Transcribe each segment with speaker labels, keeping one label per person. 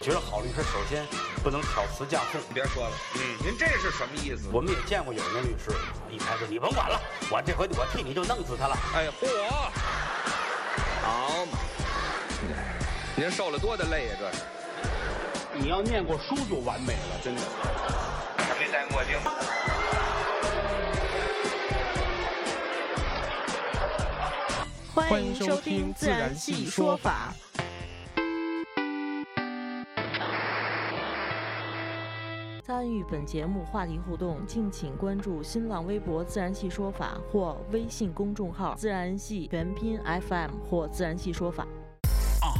Speaker 1: 觉得好律师首先不能挑词架讼。
Speaker 2: 别说了，嗯，您这是什么意思？
Speaker 1: 我们也见过有的律师啊一开始你甭管了，我这回我替你就弄死他了。
Speaker 2: 哎，嚯，好嘛，您受了多大累呀、这是。
Speaker 3: 你要念过书就完美了，真的。
Speaker 2: 还没戴墨镜。
Speaker 4: 欢迎收听《自然系说法》。参与本节目话题互动，敬请关注新浪微博“自然系说法”或微信公众号“自然系全拼 FM” 或“自然系说法”。
Speaker 5: 啊、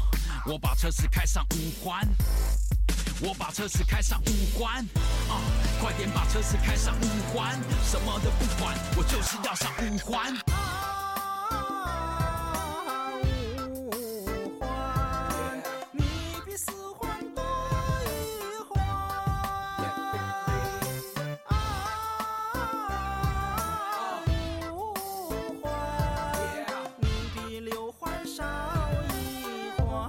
Speaker 5: 我把车子开上五环，我把车子开上五环，啊、快点把车子开上五环，什么都不管，我就是要上五环。
Speaker 6: 啊，五环，你比四环多一环。啊，五环，你比六环少一环。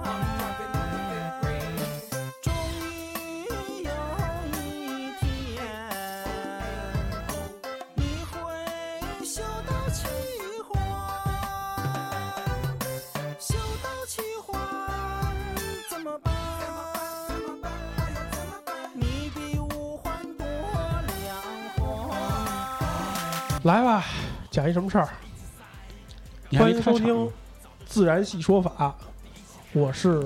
Speaker 6: 终于有一天，你会修到七环，修到七环怎么办？你比五环多两环。
Speaker 7: 来吧，讲一什么事儿？
Speaker 8: 你还
Speaker 7: 欢
Speaker 8: 没
Speaker 7: 迎
Speaker 8: 开
Speaker 7: 收
Speaker 8: 场
Speaker 7: 听
Speaker 8: 呢
Speaker 7: 《自然系说法》，我是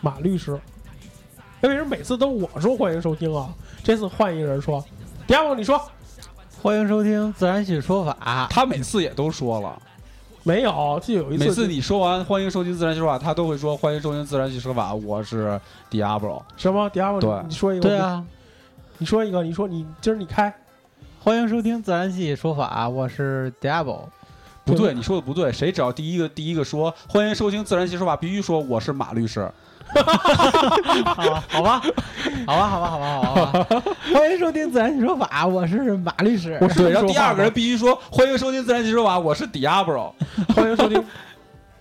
Speaker 7: 马律师。哎，为什么每次都我说欢迎收听啊？这次换一个人说，迪亚旺，你说
Speaker 8: 欢迎收听《自然系说法》。
Speaker 9: 他每次也都说了，
Speaker 7: 没有？就有一次，
Speaker 9: 每次你说完“欢迎收听自然系说法”，他都会说“欢迎收听自然系说法”。我是 Diablo，
Speaker 7: 什么？迪亚旺，
Speaker 9: 对
Speaker 7: 你说一个，
Speaker 8: 对啊，
Speaker 7: 你说一个，你说你今儿你开，
Speaker 8: 欢迎收听《自然系说法》，我是 Diablo。
Speaker 9: 不
Speaker 7: 对
Speaker 9: 对，你说的不对。谁只要第一个第一个说“欢迎收听自然系说法”，必须说我是马律师。
Speaker 8: 啊 好吧，好吧，好吧，好吧，好吧，好吧 欢迎收听《自然系说法》，我是马律师。
Speaker 7: 我是
Speaker 9: 对，然后第二个人
Speaker 7: 说
Speaker 9: 必须说“欢迎收听自然系说法”，我是 Diablo。
Speaker 7: 话吗欢迎收听《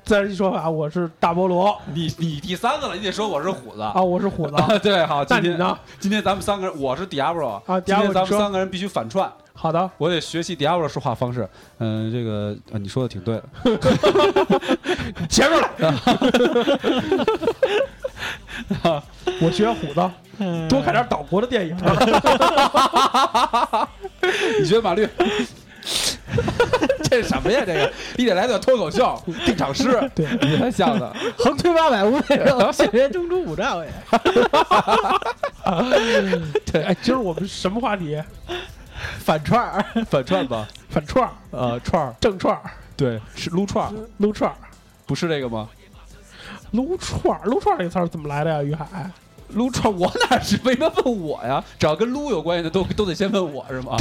Speaker 7: 自然系说法》，我是大菠萝
Speaker 9: 你你第三个了，你得说我是虎子。
Speaker 7: 啊，我是虎子。
Speaker 9: 啊， 对，好，
Speaker 7: 那
Speaker 9: 今
Speaker 7: 你
Speaker 9: 天
Speaker 7: 呢？
Speaker 9: 今天咱们三个人，我是 Diablo
Speaker 7: 啊
Speaker 9: 今天
Speaker 7: Diablo，
Speaker 9: 咱
Speaker 7: 你
Speaker 9: 们
Speaker 7: 说
Speaker 9: 三个人必须反串，
Speaker 7: 好的，
Speaker 9: 我得学习 Diablo 说话方式。嗯，这个啊，你说的挺对的。
Speaker 7: 前面来，我学虎子，多看点岛国的电影。
Speaker 9: 你觉得马律？ 这是什么呀？这个一点来点脱口秀定场诗，
Speaker 7: 对
Speaker 9: 你才想 的。
Speaker 8: 横推八百，无百绕，血缘中出五丈也。
Speaker 7: 对，哎，今儿我们什么话题？
Speaker 8: 反串儿，
Speaker 9: 反串吧，
Speaker 7: 反串儿、
Speaker 9: 呃，串儿，
Speaker 7: 正串儿、
Speaker 9: 对，是撸串儿，
Speaker 7: 撸串儿、
Speaker 9: 不是这个吗？
Speaker 7: 撸串儿、撸串儿这个词儿怎么来的呀？于海，
Speaker 9: 撸串儿，我哪是为什么问我呀？只要跟撸有关系的，都都得先问我是吗？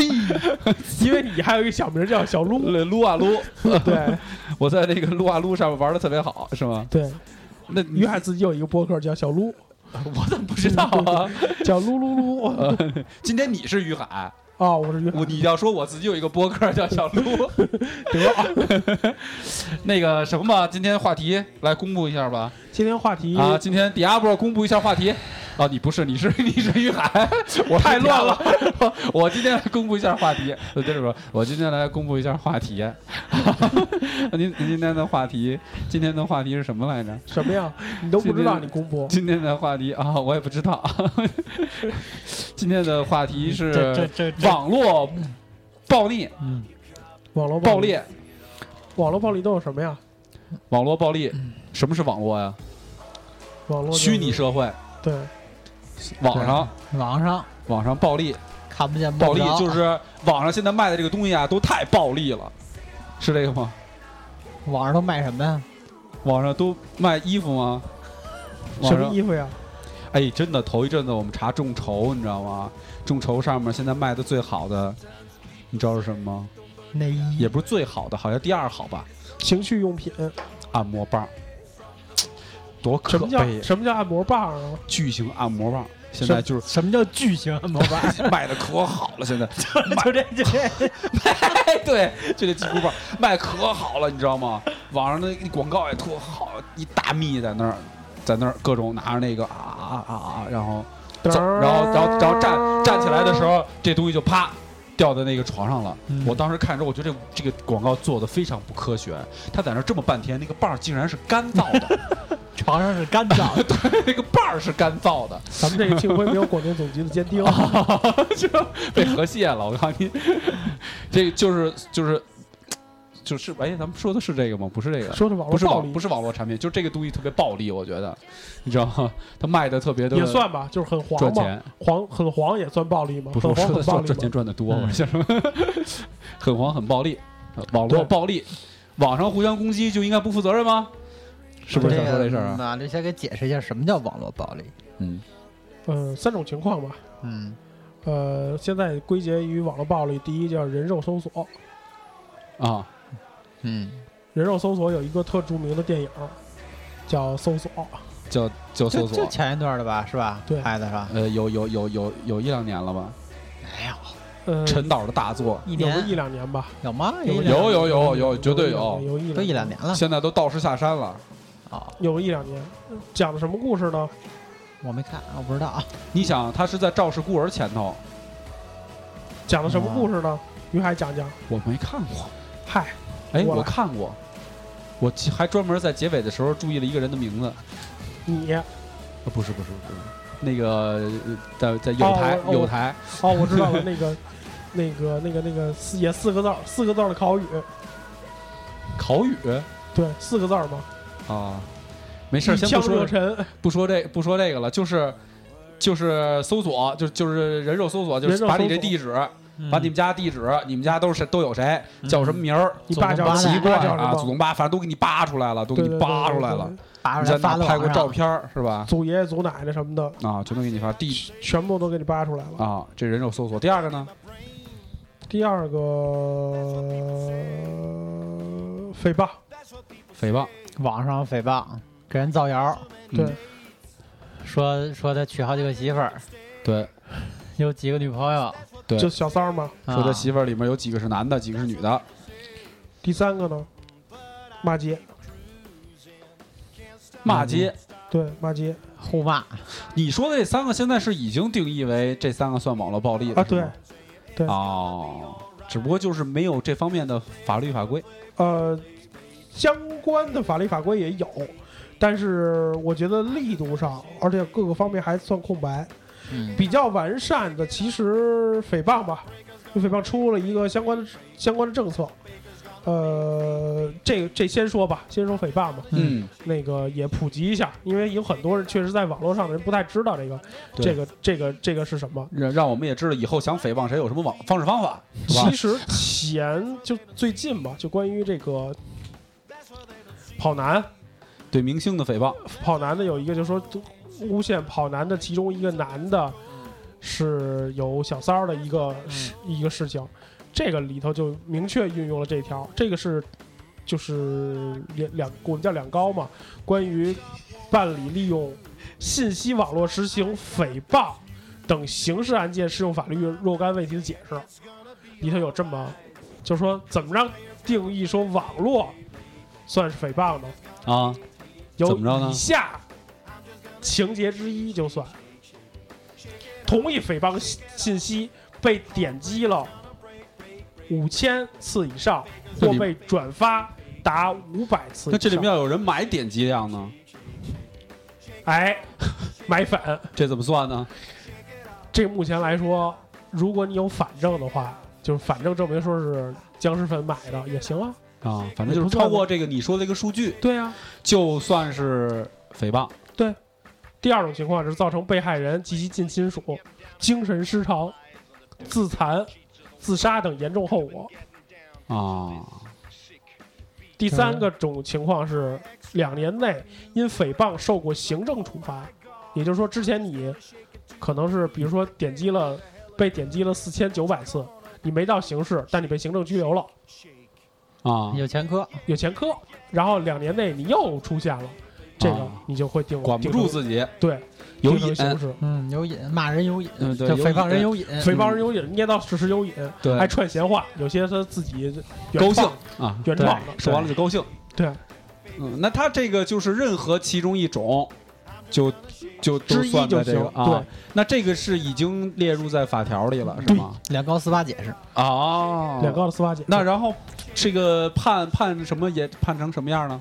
Speaker 7: 因为你还有一个小名叫小撸，
Speaker 9: 对，撸啊撸，
Speaker 7: 对
Speaker 9: 我在那个撸啊撸上面玩的特别好，是吗？
Speaker 7: 对，
Speaker 9: 那
Speaker 7: 于海自己有一个播客叫小撸，
Speaker 9: 我怎么不知道啊？
Speaker 7: 叫撸撸撸。
Speaker 9: 呃今天你是于海，
Speaker 7: 哦，我是于海
Speaker 9: 我，你要说我自己有一个播客叫小撸，得， 那个什么吧，今天话题来公布一下吧。
Speaker 7: 今天话题
Speaker 9: 啊，今天 Diablo 公布一下话题。啊，你不是，你是 你是于海，我太乱了。 我今天来公布一下话题，我接着说，我今天来公布一下话题。 您您今天的话题，今天的话题是什么来着？
Speaker 7: 什么呀？你都不知道，
Speaker 9: 今天
Speaker 7: 你公布
Speaker 9: 今天的话题啊，我也不知道。 今天的话题是
Speaker 8: 这
Speaker 9: 网络暴力、
Speaker 7: 网络
Speaker 9: 暴
Speaker 7: 力，
Speaker 9: 力、
Speaker 7: 网络暴力都有什么呀？
Speaker 9: 网络暴力。什么是网络呀？
Speaker 7: 网络就是
Speaker 9: 虚拟社会，
Speaker 7: 对，
Speaker 9: 网上
Speaker 8: 网上
Speaker 9: 网上暴力。
Speaker 8: 看不见摸不
Speaker 9: 暴力
Speaker 8: 着
Speaker 9: 就是网上现在卖的这个东西啊，都太暴力了，是这个吗？
Speaker 8: 网上都卖什么呀？
Speaker 9: 网上都卖衣服吗？
Speaker 7: 什
Speaker 9: 网
Speaker 7: 么
Speaker 9: 上
Speaker 7: 衣服呀？
Speaker 9: 哎，真的，头一阵子我们查众筹，你知道吗？众筹上面现在卖的最好的，你知道是什么吗？
Speaker 8: 内衣啊
Speaker 9: 也不是最好的，好像第二好吧？
Speaker 7: 情趣用品，
Speaker 9: 按摩棒，多
Speaker 7: 什
Speaker 9: 可
Speaker 7: 么叫
Speaker 9: 悲呀！
Speaker 7: 什么叫按摩棒啊？
Speaker 9: 巨型按摩棒，现在就是
Speaker 8: 什么叫巨型按摩棒？
Speaker 9: 卖的可好 了，现在
Speaker 8: 就这就这，
Speaker 9: 哎， 对，就这鸡骨棒卖可好了，你知道吗？网上那广告也特好，一大蜜在那儿，在那儿各种拿着那个啊啊啊啊啊，然后
Speaker 7: 噔
Speaker 9: 走，然
Speaker 7: 哎
Speaker 9: 后然后然后站站起来的时候，这东西就啪。掉在那个床上了，
Speaker 8: 嗯
Speaker 9: 我当时看着，我觉得这这个广告做的非常不科学。他在那儿这么半天，那个棒儿竟然是干燥的，
Speaker 8: 床上是干燥的，
Speaker 9: 那个棒儿是干燥的，
Speaker 7: 咱们这个幸亏没有广电总局的监听， 啊
Speaker 9: 就被和谐了。我告诉你，这就是就是就是，哎，咱们说的是这个吗？不是这个，
Speaker 7: 说的网
Speaker 9: 不
Speaker 7: 络
Speaker 9: 是
Speaker 7: 暴
Speaker 9: 网
Speaker 7: 力
Speaker 9: 不是网络产品，就这个东西特别暴利，我觉得，你知道吗？它卖的特别的
Speaker 7: 也算吧，就是很黄
Speaker 9: 赚
Speaker 7: 嘛，
Speaker 9: 钱，
Speaker 7: 黄很黄也算暴力嘛，
Speaker 9: 不是
Speaker 7: 很
Speaker 9: 我
Speaker 7: 黄
Speaker 9: 说的
Speaker 7: 很暴
Speaker 9: 赚
Speaker 7: 力
Speaker 9: 赚
Speaker 7: 嘛
Speaker 9: 钱。赚的多，
Speaker 8: 嗯
Speaker 9: 我想什么？很黄很暴力，呃网络
Speaker 7: 对
Speaker 9: 暴力，网上互相攻击就应该不负责任吗？是 不是想说这事儿啊？
Speaker 8: 嗯马律先给解释一下什么叫网络暴力。
Speaker 9: 嗯，
Speaker 7: 嗯，三种情况吧。
Speaker 8: 嗯，
Speaker 7: 呃，现在归结于网络暴力，第一叫人肉搜索。
Speaker 9: 啊，
Speaker 8: 嗯，
Speaker 7: 人肉搜索有一个特著名的电影叫《搜索》，
Speaker 9: 叫叫
Speaker 8: 就
Speaker 9: 搜
Speaker 8: 就
Speaker 9: 索，
Speaker 8: 前一段的吧，是吧？
Speaker 7: 对
Speaker 8: 拍的是吧？
Speaker 9: 呃，有有有有有一两年了吧？
Speaker 8: 没有，
Speaker 7: 呃，
Speaker 9: 陈导的大作，
Speaker 8: 一
Speaker 7: 有一
Speaker 8: 年
Speaker 7: 两年吧，
Speaker 8: 有吗？
Speaker 7: 有
Speaker 8: 一两
Speaker 9: 有有有有
Speaker 7: 一
Speaker 9: 绝对
Speaker 7: 两
Speaker 9: 有
Speaker 7: 年有一
Speaker 8: 都一
Speaker 7: 两
Speaker 8: 两，年了
Speaker 9: 现在都道士下山了。
Speaker 8: 哦，
Speaker 7: 有一两年。讲的什么故事呢？
Speaker 8: 我没看，我不知道啊。
Speaker 9: 你想，他是在《赵氏孤儿》前头，
Speaker 7: 讲的什么故事呢？于海讲讲。
Speaker 9: 我没看过。
Speaker 7: 嗨，
Speaker 9: 哎，
Speaker 7: 我
Speaker 9: 我看过，我记还专门在结尾的时候注意了一个人的名字。啊
Speaker 7: 你哦，
Speaker 9: 不是不是不是，那个呃在在有台
Speaker 7: 哦我
Speaker 9: 有台，
Speaker 7: 我知道了，那 个，那个，那个，那个四也四个字儿，四个字儿的考语，
Speaker 9: 考语
Speaker 7: 对，四个字儿嘛。
Speaker 9: 啊，没事儿，
Speaker 7: 一
Speaker 9: 先
Speaker 7: 腔
Speaker 9: 不
Speaker 7: 热
Speaker 9: 说
Speaker 7: 忱，
Speaker 9: 不说这不说这个了，就是就是搜索，就就是人肉搜索，就
Speaker 7: 人
Speaker 9: 是
Speaker 7: 肉
Speaker 9: 把你
Speaker 7: 搜
Speaker 9: 这
Speaker 7: 索嗯
Speaker 9: 地址，把你们家地址，你们家都是谁都有谁叫什么名儿，
Speaker 7: 你爸
Speaker 8: 祖宗
Speaker 7: 叫
Speaker 8: 八
Speaker 7: 什
Speaker 8: 代
Speaker 7: 么
Speaker 8: 你
Speaker 9: 奇怪
Speaker 7: 爸叫什
Speaker 9: 啊，祖
Speaker 7: 么？
Speaker 9: 宗八，反正都给你扒出来了，都给
Speaker 7: 对
Speaker 9: 你
Speaker 7: 对
Speaker 9: 扒
Speaker 7: 对
Speaker 9: 出来
Speaker 7: 对
Speaker 9: 了
Speaker 7: 对。
Speaker 8: 扒
Speaker 9: 你
Speaker 8: 出
Speaker 9: 在
Speaker 8: 来发
Speaker 9: 那
Speaker 8: 到
Speaker 9: 拍过
Speaker 8: 网
Speaker 9: 照
Speaker 8: 上
Speaker 9: 片儿是吧？
Speaker 7: 祖爷爷、祖奶奶什么的，
Speaker 9: 啊，全都给你发地
Speaker 7: 全部都给你扒出来了。
Speaker 9: 啊，这人肉搜索。第二个呢？
Speaker 7: 第二个诽谤，
Speaker 9: 诽谤，
Speaker 8: 网上诽谤，给人造谣，
Speaker 7: 对，
Speaker 9: 嗯
Speaker 8: 说说他娶好几个媳妇儿，
Speaker 9: 对，
Speaker 8: 有几个女朋友，
Speaker 9: 对
Speaker 7: 就小三儿嘛。
Speaker 9: 说他
Speaker 8: 啊
Speaker 9: 媳妇儿里面有几个是男的，几个是女的，
Speaker 7: 第三个呢，骂街，嗯
Speaker 9: 骂街。
Speaker 7: 对，骂街
Speaker 8: 互骂，
Speaker 9: 你说的这三个现在是已经定义为这三个算网络暴力了
Speaker 7: 啊，对，，
Speaker 9: 是
Speaker 7: 对
Speaker 9: 吗哦，只不过就是没有这方面的法律法规。
Speaker 7: 呃，相关的法律法规也有，但是我觉得力度上，而且各个方面还算空白。
Speaker 8: 嗯
Speaker 7: 比较完善的，其实诽谤吧，就诽谤出了一个相关的相关的政策。呃，这个这先说吧，先说诽谤吧。
Speaker 9: 嗯，
Speaker 7: 那个也普及一下，因为有很多人确实在网络上的人不太知道这个
Speaker 9: 对
Speaker 7: 这个这个这个是什么。
Speaker 9: 让让我们也知道以后想诽谤谁有什么网方式方法，是吧
Speaker 7: 其？实前就最近吧，就关于这个跑男
Speaker 9: 对明星的诽谤，
Speaker 7: 跑男的有一个就说诬陷跑男的其中一个男的是有小三儿的一个事、一个事情，这个里头就明确运用了这条，这个是就是两两我们叫两高嘛，关于办理利用信息网络实行诽谤等刑事案件适用法律若干问题的解释，里头有这么就是说怎么让定义说网络算是诽谤呢？
Speaker 9: 啊，
Speaker 7: 有
Speaker 9: 怎么着呢
Speaker 7: 以下情节之一就算，同一诽谤信信息被点击了五千次以上，
Speaker 9: 这
Speaker 7: 或
Speaker 9: 里
Speaker 7: 被转发达五百次以上。
Speaker 9: 那这里面要有人买点击量呢，
Speaker 7: 哎，买反，
Speaker 9: 这怎么算呢？
Speaker 7: 这目前来说，如果你有反证的话，就是反证证明说是僵尸粉买的也行啊。
Speaker 9: 啊，反正就是
Speaker 7: 不算
Speaker 9: 超过这个你说的这个数据，
Speaker 7: 对啊。
Speaker 9: 就算是诽谤。
Speaker 7: 第二种情况是造成被害人及其近亲属精神失常、自残、自杀等严重后果。
Speaker 9: 啊，
Speaker 7: 第三
Speaker 9: 嗯
Speaker 7: 个种情况是两年内因诽谤受过行政处罚，也就是说，之前你可能是比如说点击了被点击了四千九百次，你没到刑事，但你被行政拘留了，
Speaker 9: 啊，
Speaker 8: 有前科，
Speaker 7: 有前科，然后两年内你又出现了，这个
Speaker 9: 啊
Speaker 7: 你就会定
Speaker 9: 管不住自己，
Speaker 7: 定成对
Speaker 9: 有
Speaker 7: 定成
Speaker 9: 瘾，
Speaker 7: 刑事，
Speaker 8: 嗯，有瘾，骂人有瘾，
Speaker 9: 嗯对
Speaker 8: 就
Speaker 9: 有
Speaker 8: 诽谤人
Speaker 9: 瘾
Speaker 8: 有瘾，
Speaker 7: 诽谤人有瘾，捏造事实有瘾，还
Speaker 9: 对，
Speaker 7: 串闲话，有些他自己原
Speaker 9: 高兴
Speaker 7: 创
Speaker 9: 啊，
Speaker 7: 原创的，
Speaker 9: 说完了就高兴。
Speaker 7: 对，
Speaker 9: 嗯，那他这个就是任何其中一种，就就都
Speaker 7: 之一
Speaker 9: 算在
Speaker 7: 就
Speaker 9: 这个
Speaker 7: 行
Speaker 9: 啊
Speaker 7: 对。
Speaker 9: 那这个是已经列入在法条里了，是吗？
Speaker 8: 两高司法解释，
Speaker 9: 哦，
Speaker 7: 两高的司法解释，
Speaker 9: 那然后这个判判什么也判成什么样呢？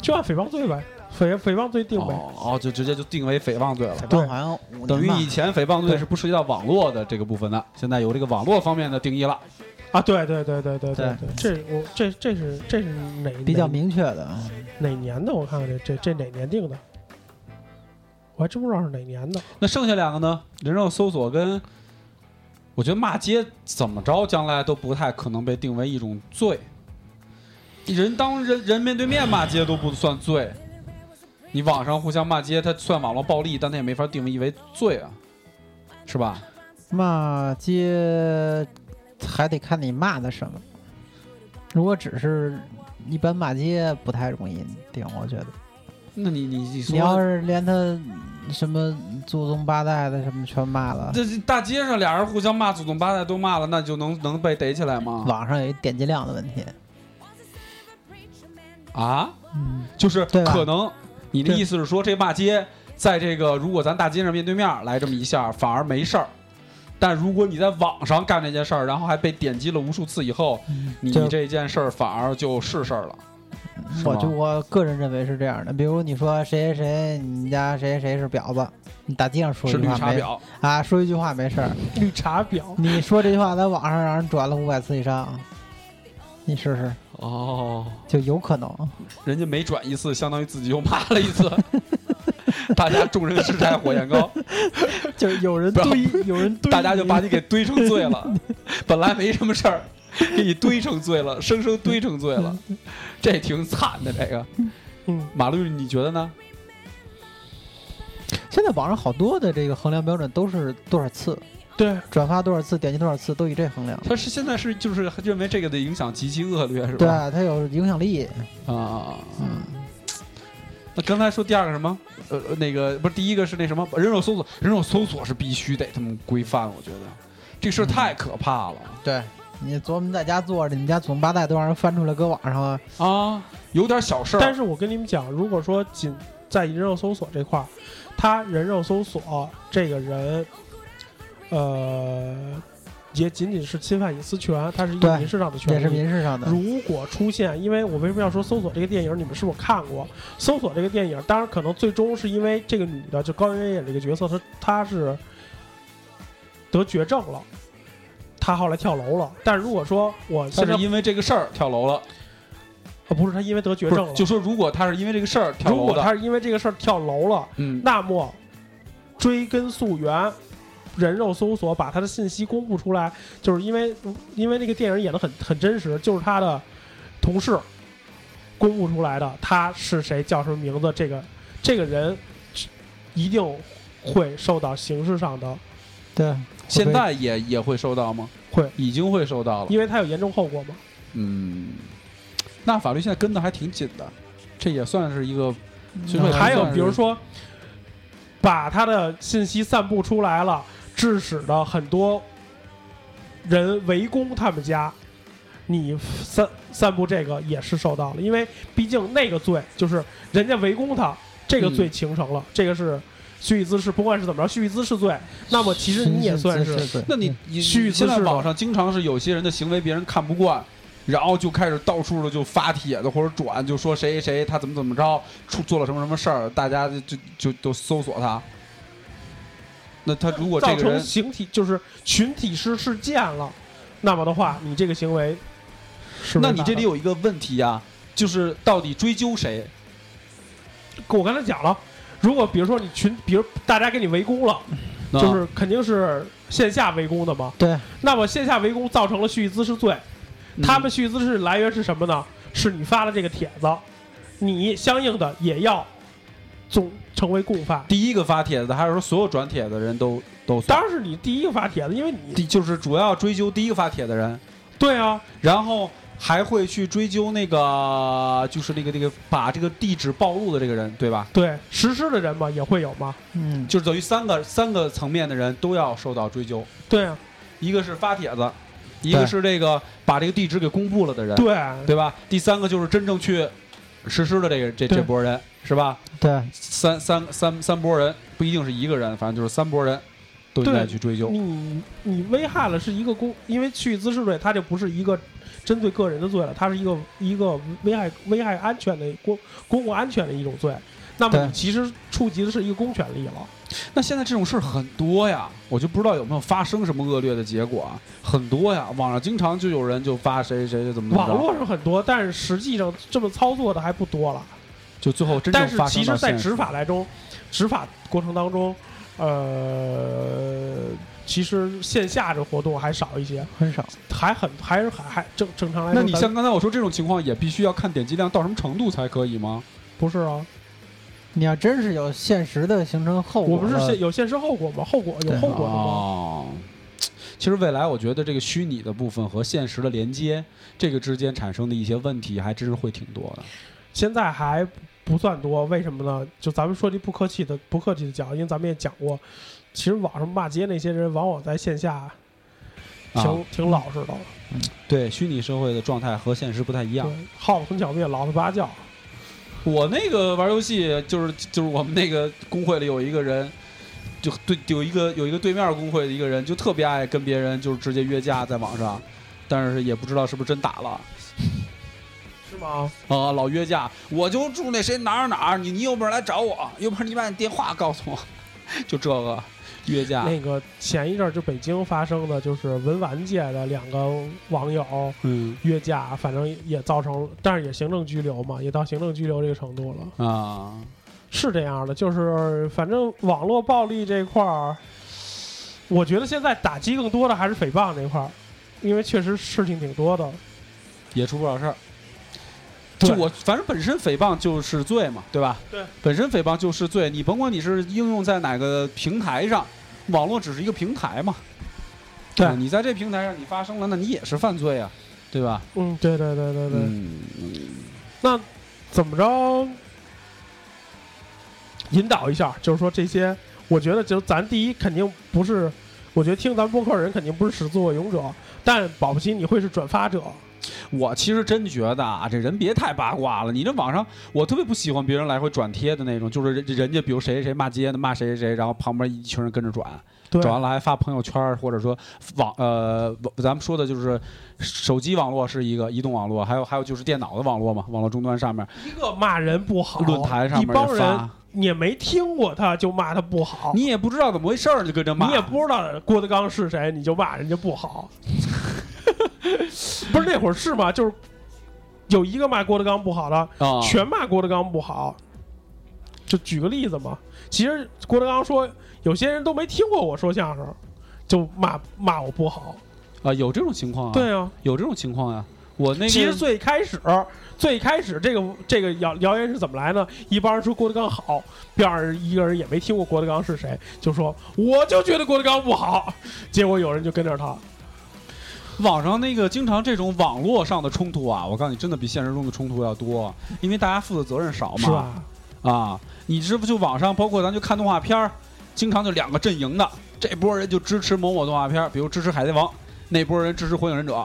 Speaker 7: 就按诽谤罪呗，诽诽谤罪定呗。
Speaker 9: 哦哦，就直接就定为诽谤罪了。
Speaker 8: 诽谤好像五
Speaker 9: 等
Speaker 8: 年
Speaker 9: 于
Speaker 8: 吧
Speaker 9: 以前诽谤罪
Speaker 7: 对
Speaker 9: 是不涉及到网络的这个部分的，现在有这个网络方面的定义了。
Speaker 7: 啊，对对对对对
Speaker 8: 对
Speaker 7: 对，这我这这是这是哪
Speaker 8: 比较
Speaker 7: 哪
Speaker 8: 明确的，
Speaker 7: 哪年的？我看看这这这哪年定的，我还真不知道是哪年的。
Speaker 9: 那剩下两个呢？人肉搜索跟，我觉得骂街怎么着，将来都不太可能被定为一种罪。人当人人面对面骂街都不算罪，你网上互相骂街，它算网络暴力，但它也没法定义为罪啊，是吧？
Speaker 8: 骂街还得看你骂的什么。如果只是一般骂街，不太容易定，我觉得。
Speaker 9: 那你你你
Speaker 8: 你要
Speaker 9: 说，
Speaker 8: 是连他什么祖宗八代的什么全骂了，
Speaker 9: 这这大街上俩人互相骂祖宗八代都骂了，那就能能被逮起来吗？
Speaker 8: 网上有一点击量的问题。
Speaker 9: 啊？
Speaker 8: 嗯，
Speaker 9: 就是
Speaker 8: 对吧
Speaker 9: 可能你的
Speaker 8: 对
Speaker 9: 意思是说，这骂街在这个如果咱大街上面对面来这么一下，反而没事儿。但如果你在网上干这件事儿，然后还被点击了无数次以后，你
Speaker 8: 嗯就嗯
Speaker 9: 这件事儿反而就是事儿了。是
Speaker 8: 我
Speaker 9: 吗
Speaker 8: 就我个人认为是这样的。比如你说谁谁谁，你们家谁谁是婊子，你大街上说一
Speaker 9: 是
Speaker 8: 句
Speaker 9: 绿
Speaker 8: 话
Speaker 9: 茶
Speaker 8: 没
Speaker 9: 婊，
Speaker 8: 啊，说一句话没事儿。
Speaker 7: 绿茶婊，
Speaker 8: 你说这句话在网上让人转了五百次以上，你试试
Speaker 9: 哦，
Speaker 8: 就有可 能。
Speaker 9: 人家每转一次，相当于自己又骂了一次。 大家众人拾柴火焰高，
Speaker 8: 就有人
Speaker 9: 不要
Speaker 8: 堆，有人堆，
Speaker 9: 大家就把你给堆成罪 了。本来没什么事儿，给你堆成罪了，生生堆成罪了，这挺惨的。这个
Speaker 7: 嗯，
Speaker 9: 马律，你觉得呢？
Speaker 8: 现在网上好多的这个衡量标准都是多少次
Speaker 7: 对，
Speaker 8: 转发多少次点击多少次，都以这衡量。
Speaker 9: 他是现在是就是认为这个的影响极其恶劣，是
Speaker 8: 对
Speaker 9: 吧？
Speaker 8: 啊，它有影响力。
Speaker 9: 对啊。
Speaker 7: 嗯
Speaker 9: 那刚才说第二个什么？呃，呃那个不是第一个是那什么人肉搜索，人肉搜索是必须得他们规范，我觉得这事儿太可怕了、
Speaker 8: 对，你琢磨在家坐着，你们家祖宗八代都让人翻出来搁网上，
Speaker 9: 啊，有点小事儿。
Speaker 7: 嗯但是我跟你们讲，如果说仅在人肉搜索这块儿，他人肉搜索这个人，呃，也仅仅是侵犯隐私权，他是一个
Speaker 8: 对
Speaker 7: 民事上的权
Speaker 8: 也
Speaker 7: 利，
Speaker 8: 是民事上的。
Speaker 7: 如果出现，因为我为什么要说《搜索》这个电影？你们是否看过《搜索》这个电影？当然，可能最终是因为这个女的，就高圆圆演这个角色，她她是得绝症了，她后来跳楼了。但如果说我
Speaker 9: 他
Speaker 7: 现在
Speaker 9: 是因为这个事儿跳楼了，
Speaker 7: 呃不是她因为得绝
Speaker 9: 不
Speaker 7: 症
Speaker 9: 是
Speaker 7: 了，
Speaker 9: 就说如果他是因为这个事儿跳
Speaker 7: 如
Speaker 9: 楼
Speaker 7: 果
Speaker 9: 的，
Speaker 7: 她是因为这个事儿跳楼了，
Speaker 9: 嗯，
Speaker 7: 那么追根溯源。人肉搜索把她的信息公布出来，就是因为因为那个电影演的很很真实，就是她的同事公布出来的，他是谁，叫什么名字，这个这个人一定会受到刑事上的，
Speaker 8: 对，
Speaker 9: 现在也也会收到吗？
Speaker 7: 会，
Speaker 9: 已经会收到了。
Speaker 7: 因为他有严重后果嘛。
Speaker 9: 嗯，那法律现在跟的还挺紧的，这也算是一个。所以说
Speaker 7: 嗯
Speaker 9: 也
Speaker 7: 还有
Speaker 9: 算是
Speaker 7: 比如说，把他的信息散布出来了，致使的很多人围攻他们家，你散散布这个也是受到了，因为毕竟那个罪就是人家围攻他，这个罪
Speaker 9: 嗯
Speaker 7: 情成了，这个是蓄意滋事，不管是怎么着，蓄意滋事罪，那么其实你也算是。
Speaker 8: 是
Speaker 9: 那你你
Speaker 7: 蓄意滋
Speaker 9: 现在
Speaker 7: 事嗯的
Speaker 9: 网上经常是有些人的行为别人看不惯，然后就开始到处的就发帖子或者转，就说谁谁谁他怎么怎么着，出做了什么什么事儿，大家就就就都搜索他。那他如果这
Speaker 7: 造
Speaker 9: 个
Speaker 7: 成
Speaker 9: 人，
Speaker 7: 形体就是群体失事件了，那么的话，你这个行为是违
Speaker 9: 那
Speaker 7: 法的
Speaker 9: 你这里有一个问题呀、就是到底追究谁？
Speaker 7: 我刚才讲了，如果比如说你群，比如大家给你围攻了，就
Speaker 9: 啊
Speaker 7: 是肯定是线下围攻的嘛。
Speaker 8: 对，
Speaker 7: 那么线下围攻造成了蓄意滋事罪，
Speaker 9: 嗯
Speaker 7: 他们蓄意滋事来源是什么呢？是你发了这个帖子，你相应的也要总成为共犯。
Speaker 9: 第一个发帖子的，还是说所有转帖的人都都算？
Speaker 7: 当然是你第一个发帖子，因为你
Speaker 9: 第就是主要追究第一个发帖的人，
Speaker 7: 对啊，
Speaker 9: 然后还会去追究那个就是那个那个把这个地址暴露的这个人，对吧？
Speaker 7: 对实施的人嘛也会有嘛，
Speaker 8: 嗯，
Speaker 9: 就是等于三个三个层面的人都要受到追究，
Speaker 7: 对啊，
Speaker 9: 一个是发帖子，一个是这个把这个地址给公布了的人，
Speaker 7: 对，
Speaker 9: 对吧？第三个就是真正去实施的这个这
Speaker 7: 对
Speaker 9: 这波人，是吧？
Speaker 8: 对，
Speaker 9: 三三三三波人不一定是一个人，反正就是三波人都应该去追究。
Speaker 7: 你你危害了是一个公，因为蓄意滋事罪，它就不是一个针对个人的罪了，它是一个一个危害危害安全的公公共安全的一种罪。那么
Speaker 8: 对
Speaker 7: 你其实触及的是一个公权力了。
Speaker 9: 那现在这种事儿很多呀，我就不知道有没有发生什么恶劣的结果啊，很多呀，网上经常就有人就发谁谁谁怎么怎么
Speaker 7: 网
Speaker 9: 着，
Speaker 7: 络上很多，但是实际上这么操作的还不多了。
Speaker 9: 就最后真正
Speaker 7: 但是
Speaker 9: 发
Speaker 7: 其
Speaker 9: 生
Speaker 7: 实，
Speaker 9: 到
Speaker 7: 在
Speaker 9: 现实
Speaker 7: 执法来中，执法过程当中，呃，其实线下这活动还少一些，
Speaker 8: 很少。
Speaker 7: 还很还是还还正正常来说
Speaker 9: 那
Speaker 7: 咱。
Speaker 9: 你像刚才我说这种情况，也必须要看点击量到什么程度才可以吗？
Speaker 7: 不是啊？
Speaker 8: 你要真是有现实的形成后果
Speaker 7: 我
Speaker 8: 了，
Speaker 7: 不是现有现实后果吗？后果有
Speaker 8: 对
Speaker 7: 后果的吗？
Speaker 9: 哦，其实未来我觉得这个虚拟的部分和现实的连接，这个之间产生的一些问题，还真是会挺多的。
Speaker 7: 现在还不算多，为什么呢？就咱们说句不客气的、不客气的讲，因为咱们也讲过，其实网上骂街那些人，往往在线下挺、
Speaker 9: 啊，
Speaker 7: 挺老实的，
Speaker 9: 对，虚拟社会的状态和现实不太一
Speaker 7: 对
Speaker 9: 样。，
Speaker 7: 耗子吞小灭，老子八叫。
Speaker 9: 我那个玩游戏，就是就是我们那个工会里有一个人，就对有一个有一个对面工会的一个人，就特别爱跟别人就是直接约架在网上，但是也不知道是不是真打了。
Speaker 7: 是吗？
Speaker 9: 啊，老约架，我就住那谁哪儿哪儿，你你有本事来找我，有本事你把你电话告诉我， 就这个约架，
Speaker 7: 那个前一阵儿就北京发生的，就是文玩界的两个网友
Speaker 9: 嗯
Speaker 7: 约架，反正也造成，但是也行政拘留嘛，也到行政拘留这个程度了。
Speaker 9: 啊，
Speaker 7: 是这样的，就是反正网络暴力这块儿，我觉得现在打击更多的还是诽谤这块儿，因为确实事情挺多的。
Speaker 9: 也出不少事儿。就
Speaker 7: 对
Speaker 9: 我反正本身诽谤就是罪嘛，对吧？
Speaker 7: 对，
Speaker 9: 本身诽谤就是罪，你甭管你是应用在哪个平台上，网络只是一个平台嘛。
Speaker 7: 对
Speaker 9: 啊你在这平台上你发生了，那你也是犯罪啊，对吧？
Speaker 7: 嗯，对对对对对，
Speaker 9: 嗯，
Speaker 7: 怎么着引导一下，就是说这些，我觉得就咱第一肯定不是，我觉得听咱播客的人肯定不是始作俑者，但保不齐你会是转发者。
Speaker 9: 我其实真觉得啊，这人别太八卦了。你这网上，我特别不喜欢别人来回转贴的那种，就是人人家比如谁谁谁骂街的，骂谁谁谁，然后旁边一群人跟着转，
Speaker 7: 对，
Speaker 9: 转完了还发朋友圈儿，或者说网呃，网咱们说的就是手机网络是一个移动网络，还有还有就是电脑的网络嘛，网络终端上面
Speaker 7: 一个骂人不好，
Speaker 9: 论坛上
Speaker 7: 一
Speaker 9: 面也
Speaker 7: 帮人
Speaker 9: 发，
Speaker 7: 你也没听过他就骂他不好，
Speaker 9: 你也不知道怎么回事儿，就跟着骂，
Speaker 7: 你也不知道郭德纲是谁，你就骂人家不好。 不是那会儿是吗？就是有一个骂郭德纲不好的，
Speaker 9: 啊，
Speaker 7: 全骂郭德纲不好。就举个例子嘛，其实郭德纲说，有些人都没听过我说相声，就骂骂我不好。
Speaker 9: 啊有这种情况啊，，
Speaker 7: 对啊，
Speaker 9: 有这种情况呀、我那个
Speaker 7: 其实最开始，最开始这个这个谣谣言是怎么来呢？一帮人说郭德纲好，边上一个人也没听过郭德纲是谁，就说我就觉得郭德纲不好，结果有人就跟着他。
Speaker 9: 网上那个经常这种网络上的冲突啊，我告诉你，真的比现实中的冲突要多，因为大家负的责任少嘛，
Speaker 7: 是？吧？
Speaker 9: 啊，你知不就网上包括咱就看动画片儿，经常就两个阵营的，这波人就支持某某动画片儿，比如支持海贼王，那波人支持火影忍者，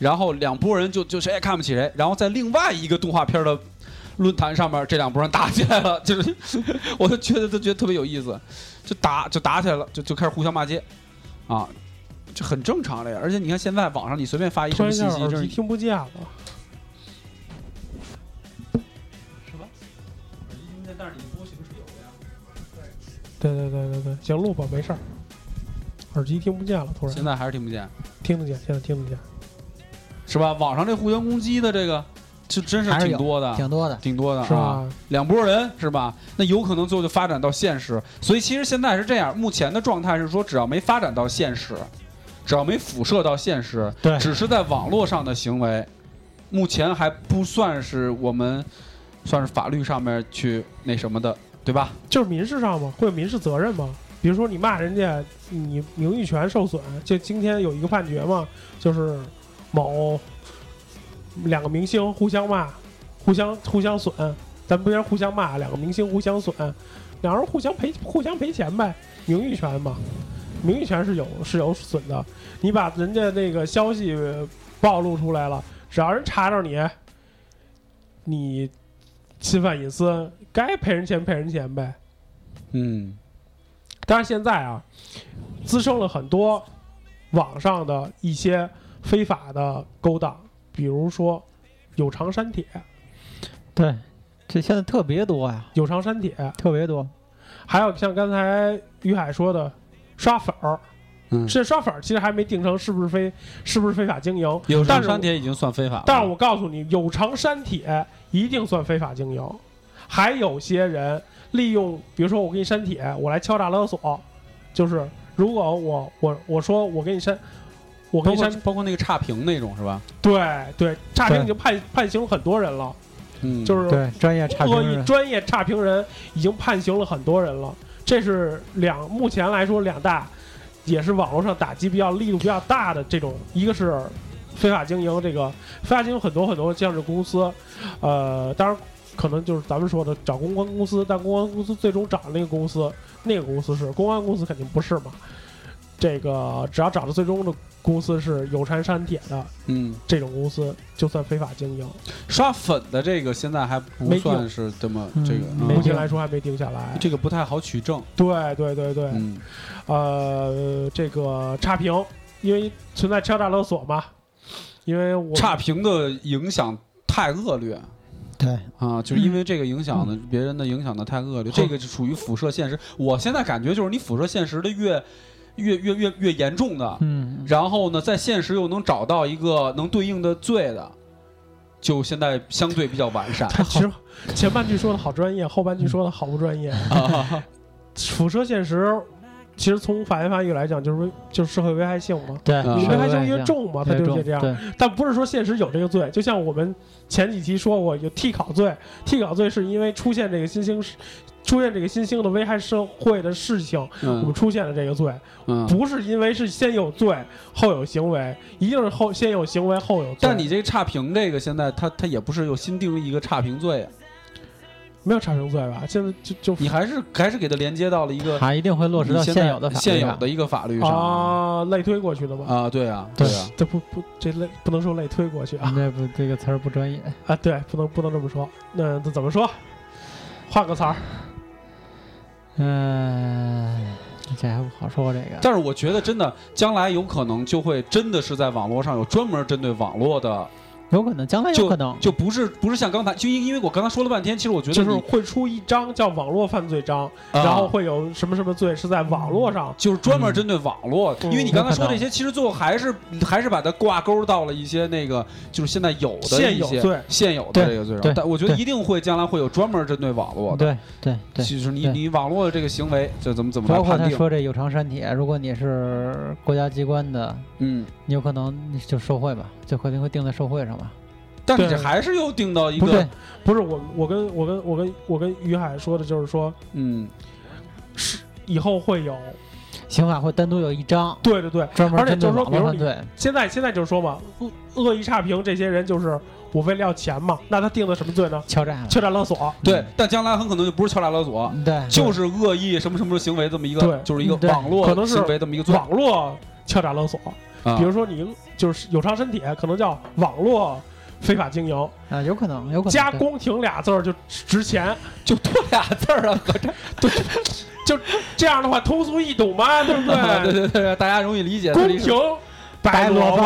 Speaker 9: 然后两波人就就谁也看不起谁，然后在另外一个动画片儿的论坛上面，这两拨人打起来了，就是 我就觉得就觉得特别有意思，就打就打起来了，就就开始互相骂街，啊。这很正常了呀，而且你看现在网上你随便发一哎什
Speaker 7: 突
Speaker 9: 么
Speaker 7: 然一下
Speaker 9: 信息，
Speaker 7: 耳
Speaker 9: 就
Speaker 7: 机
Speaker 9: 是
Speaker 7: 听不见了，
Speaker 9: 但是你播形式有的呀。
Speaker 7: 对对对对对，行，录吧，没事儿。耳机听不见了，突然
Speaker 9: 现在还是听不见，
Speaker 7: 听得见，现在听得见。
Speaker 9: 是吧？网上这互相攻击的这个，就真是
Speaker 8: 还是
Speaker 9: 挺
Speaker 8: 有
Speaker 9: 多的，
Speaker 8: 挺多的。
Speaker 9: 挺多的
Speaker 7: 是
Speaker 9: 啊，
Speaker 7: 吧？
Speaker 9: 两拨人是吧？那有可能最后就发展到现实，所以其实现在是这样，目前的状态是说，只要没发展到现实，只要没辐射到现实，
Speaker 8: 对
Speaker 9: 只是在网络上的行为，目前还不算是我们算是法律上面去那什么的，对吧？
Speaker 7: 就是民事上嘛，会有民事责任嘛。比如说你骂人家，你名誉权受损。就今天有一个判决嘛，就是某两个明星互相骂，互相互相损，咱不先互相骂，两个明星互相损，两人互相赔互相赔钱呗，名誉权嘛，名誉权是有是有损的。你把人家那个消息暴露出来了，只要人查着你，你侵犯隐私，该赔人钱赔人钱呗。
Speaker 9: 嗯
Speaker 7: 但是现在啊，滋生了很多网上的一些非法的勾当，比如说有偿删帖、
Speaker 8: 对，这现在特别多呀，
Speaker 7: 有偿删帖，
Speaker 8: 特别多。
Speaker 7: 还有像刚才于海说的刷粉儿。
Speaker 9: 嗯，
Speaker 7: 这刷粉儿其实还没定成是不是非是不是非法经营，
Speaker 9: 有
Speaker 7: 但
Speaker 9: 偿
Speaker 7: 是
Speaker 9: 删帖已经算非法了。
Speaker 8: 啊
Speaker 7: 但是我告诉你，有偿删帖一定算非法经营。还有些人利用，比如说我给你删帖，我来敲诈勒索，就是如果我我我说我给你删，我给
Speaker 9: 包
Speaker 7: 你
Speaker 9: 括
Speaker 7: 删，
Speaker 9: 包括那个差评那种是吧？
Speaker 7: 对对，差评
Speaker 8: 对
Speaker 7: 已经判判刑很多人了，
Speaker 9: 嗯，
Speaker 7: 就是
Speaker 8: 对，专业差评
Speaker 7: 恶意
Speaker 8: 人，
Speaker 7: 专业差评人已经判刑了很多人了。这是两目前来说两大，也是网络上打击比较力度比较大的这种，一个是非法经营，这个非法经营很多很多像是公司，呃，当然可能就是咱们说的找公关公司，但公关公司最终找的那个公司，那个公司是公关公司肯定不是嘛。这个只要找的最终的公司是有偿删帖的
Speaker 9: 嗯，
Speaker 7: 这种公司，就算非法经营。
Speaker 9: 刷粉的这个现在还不
Speaker 7: 没定
Speaker 9: 算是这么
Speaker 8: 嗯
Speaker 9: 这个，
Speaker 8: 没
Speaker 7: 目
Speaker 9: 嗯
Speaker 7: 前来说还没定下来。
Speaker 9: 这个不太好取证。
Speaker 7: 对对对对，
Speaker 9: 嗯
Speaker 7: 呃，这个差评，因为存在敲诈勒索嘛，因为我
Speaker 9: 差评的影响太恶劣
Speaker 8: 对，
Speaker 9: 啊，就是因为
Speaker 7: 嗯
Speaker 9: 这个影响的别人的影响的太恶劣，这个就属于辐射现实。我现在感觉就是你辐射现实的越越越越越严重的，
Speaker 8: 嗯，
Speaker 9: 然后呢，在现实又能找到一个能对应的罪的，就现在相对比较完善。
Speaker 7: 他其实前半句说的好专业，后半句说的好不专业。
Speaker 9: 啊
Speaker 7: 辐射现实，其实从法律法语来讲，就是危就是社会危害性嘛。
Speaker 8: 对，
Speaker 9: 嗯
Speaker 7: 你
Speaker 8: 啊
Speaker 7: 危
Speaker 8: 社会
Speaker 7: 害性
Speaker 8: 现
Speaker 7: 越
Speaker 8: 象
Speaker 7: 重嘛，它
Speaker 8: 越
Speaker 7: 就是
Speaker 8: 重
Speaker 7: 这样。
Speaker 8: 对，
Speaker 7: 但不是说现实有这个罪，就像我们前几期说过，有替考罪，替考罪是因为出现这个新兴事，出现这个新兴的危害社会的事情，我们
Speaker 9: 嗯
Speaker 7: 出现了这个罪。
Speaker 9: 嗯，
Speaker 7: 不是因为是先有罪后有行为，一定是后先有行为后有罪。
Speaker 9: 但你这个差评这个现在它它也不是又新定义一个差评罪，啊
Speaker 7: 没有产生罪吧？现在就就
Speaker 9: 你还是还是给它连接到了一个
Speaker 8: 还一定会落实到
Speaker 9: 你现在
Speaker 8: 现有的法律
Speaker 9: 现有
Speaker 8: 上哦
Speaker 9: 的一个法律上
Speaker 7: 啊类推过去的吧？
Speaker 9: 啊，对啊，
Speaker 8: 对
Speaker 9: 啊，嗯
Speaker 7: 这不不这类不能说类推过去啊
Speaker 8: 那不这个词儿不专业，
Speaker 7: 啊！对，不能不能这么说。那这怎么说？换个词儿，
Speaker 8: 嗯，这还不好说这个。
Speaker 9: 但是我觉得真的将来有可能就会真的是在网络上有专门针对网络的，
Speaker 8: 有可能，将来有可能，
Speaker 9: 就不是不是像刚才就因因为我刚才说了半天，其实我觉得
Speaker 7: 就是
Speaker 9: 你
Speaker 7: 会出一章叫《网络犯罪章》，
Speaker 9: 啊嗯
Speaker 7: 然后会有什么什么罪是在网络上。
Speaker 9: 就是专门针对网络，
Speaker 7: 嗯
Speaker 9: 因为你刚才说
Speaker 8: 有可能
Speaker 9: 这些，其实最后还是还是把它挂钩到了一些那个，就是现在有的
Speaker 7: 现
Speaker 9: 一
Speaker 7: 有
Speaker 9: 些
Speaker 7: 罪
Speaker 9: 现有的
Speaker 8: 对
Speaker 9: 这个罪状
Speaker 8: 对。
Speaker 9: 但我觉得
Speaker 8: 对
Speaker 9: 一定会将来会有专门针对网络的，
Speaker 8: 对对对，
Speaker 9: 就是你
Speaker 8: 对
Speaker 9: 你网络的这个行为，这怎么怎么来
Speaker 8: 包括
Speaker 9: 判
Speaker 8: 他
Speaker 9: 定？
Speaker 8: 说这有偿删帖，如果你是国家机关的，
Speaker 9: 嗯，
Speaker 8: 你有可能你就受贿吧，就肯定会定在受贿上吧。
Speaker 9: 但是这
Speaker 7: 对
Speaker 9: 还是又定到一
Speaker 8: 不对
Speaker 9: 个，，
Speaker 7: 不是我，我跟我跟我跟我跟于海说的就是说，
Speaker 9: 嗯，
Speaker 7: 以后会有。
Speaker 8: 刑法会单独有一章
Speaker 7: 对对对，
Speaker 8: 专门
Speaker 7: 而且
Speaker 8: 针
Speaker 7: 就
Speaker 8: 对
Speaker 7: 是说
Speaker 8: 网络
Speaker 7: 比如
Speaker 8: 犯
Speaker 7: 你
Speaker 8: 罪。
Speaker 7: 现在现在就说嘛，恶恶意差评这些人就是我为了要钱嘛，那他定的什么罪呢？
Speaker 8: 敲诈了，
Speaker 7: 敲诈勒索。
Speaker 9: 对，但将来很可能就不是敲诈勒索，
Speaker 8: 对，
Speaker 9: 就是恶意什么什么行为这么一个
Speaker 7: 嗯对，
Speaker 9: 就是一个
Speaker 8: 嗯对
Speaker 9: 网络
Speaker 7: 可能是
Speaker 9: 行为这么一个罪。
Speaker 7: 网络敲诈勒索，
Speaker 9: 啊
Speaker 7: 比如说你就是有偿身体，可能叫网络非法经营，
Speaker 8: 啊，有可能，有可能
Speaker 7: 加“
Speaker 8: 对
Speaker 7: 光停”俩字儿就值钱。
Speaker 9: 就多俩字儿啊，合着
Speaker 7: 这样的话通俗易懂嘛，对不
Speaker 9: 对
Speaker 7: 对？
Speaker 9: 对对，大家容易理解。
Speaker 7: 宫
Speaker 9: 理解
Speaker 7: 廷白萝 卜，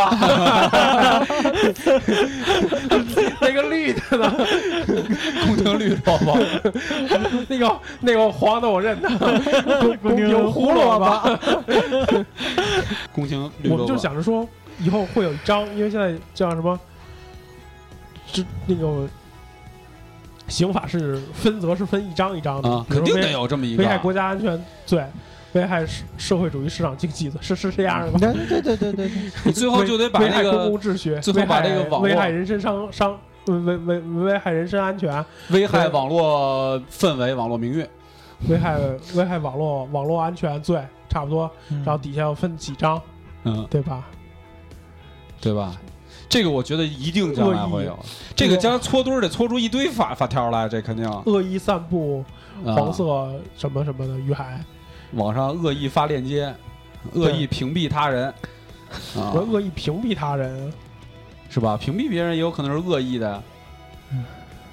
Speaker 7: 那个绿的呢？
Speaker 9: 宫廷绿萝卜。
Speaker 7: 那个那个黄的我认得，宫宫廷胡萝卜。
Speaker 9: 宫廷绿
Speaker 7: 我
Speaker 9: 萝
Speaker 7: 们
Speaker 9: 卜，
Speaker 7: 就想着说，以后会有一章，因为现在叫什么，这那个刑法是分则是分一章一章的，
Speaker 9: 啊，
Speaker 7: 比如
Speaker 9: 肯
Speaker 7: 说
Speaker 9: 定得
Speaker 7: 危
Speaker 9: 有这么一个
Speaker 7: 危害国家安全罪，危害社社会主义市场经济罪，是是这样的吧？
Speaker 8: 对对对对对 对，
Speaker 9: 你最后就得把
Speaker 7: 危
Speaker 9: 那
Speaker 7: 害公
Speaker 9: 个
Speaker 7: 共秩序，
Speaker 9: 最后把这个网络
Speaker 7: 危害危害人身伤伤。危危危危害人身安全，
Speaker 9: 危害网络氛围、网络名誉，
Speaker 7: 危害危害网络网络安全罪，差不多。
Speaker 8: 嗯
Speaker 7: 然后底下要分几章，
Speaker 9: 嗯，
Speaker 7: 对吧？
Speaker 9: 对吧？这个我觉得一定将来会有，这个将来搓堆儿得搓出一堆法法条来，这肯定。啊
Speaker 7: 恶意散布黄色什么什么的鱼海，
Speaker 9: 网上恶意发链接，恶意屏蔽他 人，啊
Speaker 7: 我，恶意屏蔽他人，
Speaker 9: 是吧？屏蔽别人也有可能是恶意的
Speaker 8: 嗯，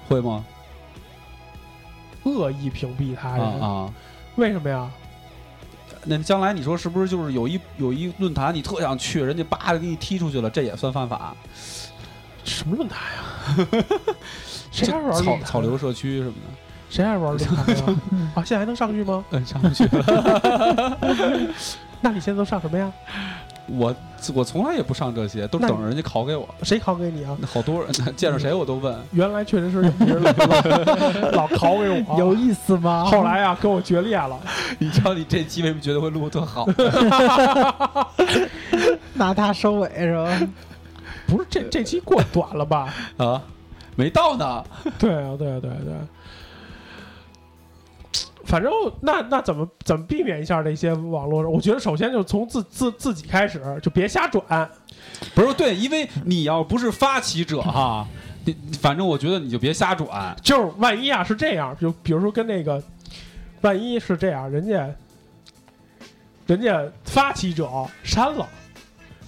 Speaker 9: 会吗？
Speaker 7: 恶意屏蔽他
Speaker 9: 啊
Speaker 7: 人，
Speaker 9: 啊！
Speaker 7: 为什么呀？
Speaker 9: 那将来你说是不是就是有一有一论坛你特想去，人家叭的给你踢出去了，这也算犯法？
Speaker 7: 什么论坛呀？谁
Speaker 9: 这
Speaker 7: 还玩论
Speaker 9: 草
Speaker 7: 坛啊
Speaker 9: 草榴社区什么的？
Speaker 7: 谁还玩论坛呀？啊，现在还能上去吗？
Speaker 9: 嗯，上不去了。
Speaker 7: 那你现在都上什么呀？
Speaker 9: 我我从来也不上这些，都是
Speaker 7: 那
Speaker 9: 等着人家拷给我。
Speaker 7: 谁拷给你啊？
Speaker 9: 那好多人见着谁我都问，
Speaker 7: 原来确实 是有别人老老拷给我，
Speaker 8: 有意思吗？
Speaker 7: 后来啊跟我决裂了。
Speaker 9: 你知道你这期为什么觉得会录得 特好？
Speaker 8: 拿它收尾是吧？
Speaker 7: 不是这这期过短了吧？
Speaker 9: 啊，没到呢。
Speaker 7: 对啊，对啊，对啊，对啊。反正那那怎么怎么避免一下这些网络？我觉得首先就从自自自己开始，就别瞎转。
Speaker 9: 不是对，因为你要不是发起者哈，你反正我觉得你就别瞎转。
Speaker 7: 就是万一啊是这样，就比如说跟那个，万一是这样，人家人家发起者删了，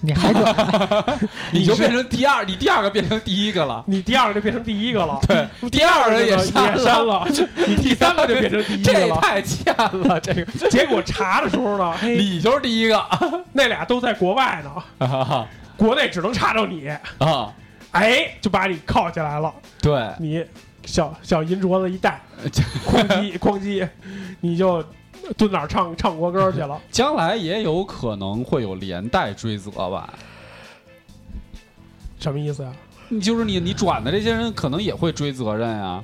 Speaker 8: 你还转，
Speaker 9: 你
Speaker 7: 是
Speaker 9: 就变成第二，你第二个变成第一个了，
Speaker 7: 你第二个就变成第一个了，
Speaker 9: 对，第二个
Speaker 7: 也
Speaker 9: 也删
Speaker 7: 删了，
Speaker 9: 你
Speaker 7: 第三个就变成第一个
Speaker 9: 这
Speaker 7: 了。
Speaker 9: 太 欠了， 这个
Speaker 7: 结果查的时候 呢，嘿，
Speaker 9: 你就是第一个
Speaker 7: 那俩都在国外呢，
Speaker 9: 啊
Speaker 7: 国内只能查到你，
Speaker 9: 啊！
Speaker 7: 哎，就把你铐起来了。
Speaker 9: 对，
Speaker 7: 你小小银镯子一戴，哐 叽哐叽，你就蹲哪儿唱唱国歌去了。
Speaker 9: 将来也有可能会有连带追责吧？
Speaker 7: 什么意思呀、
Speaker 9: 你就是你，你转的这些人可能也会追责任啊，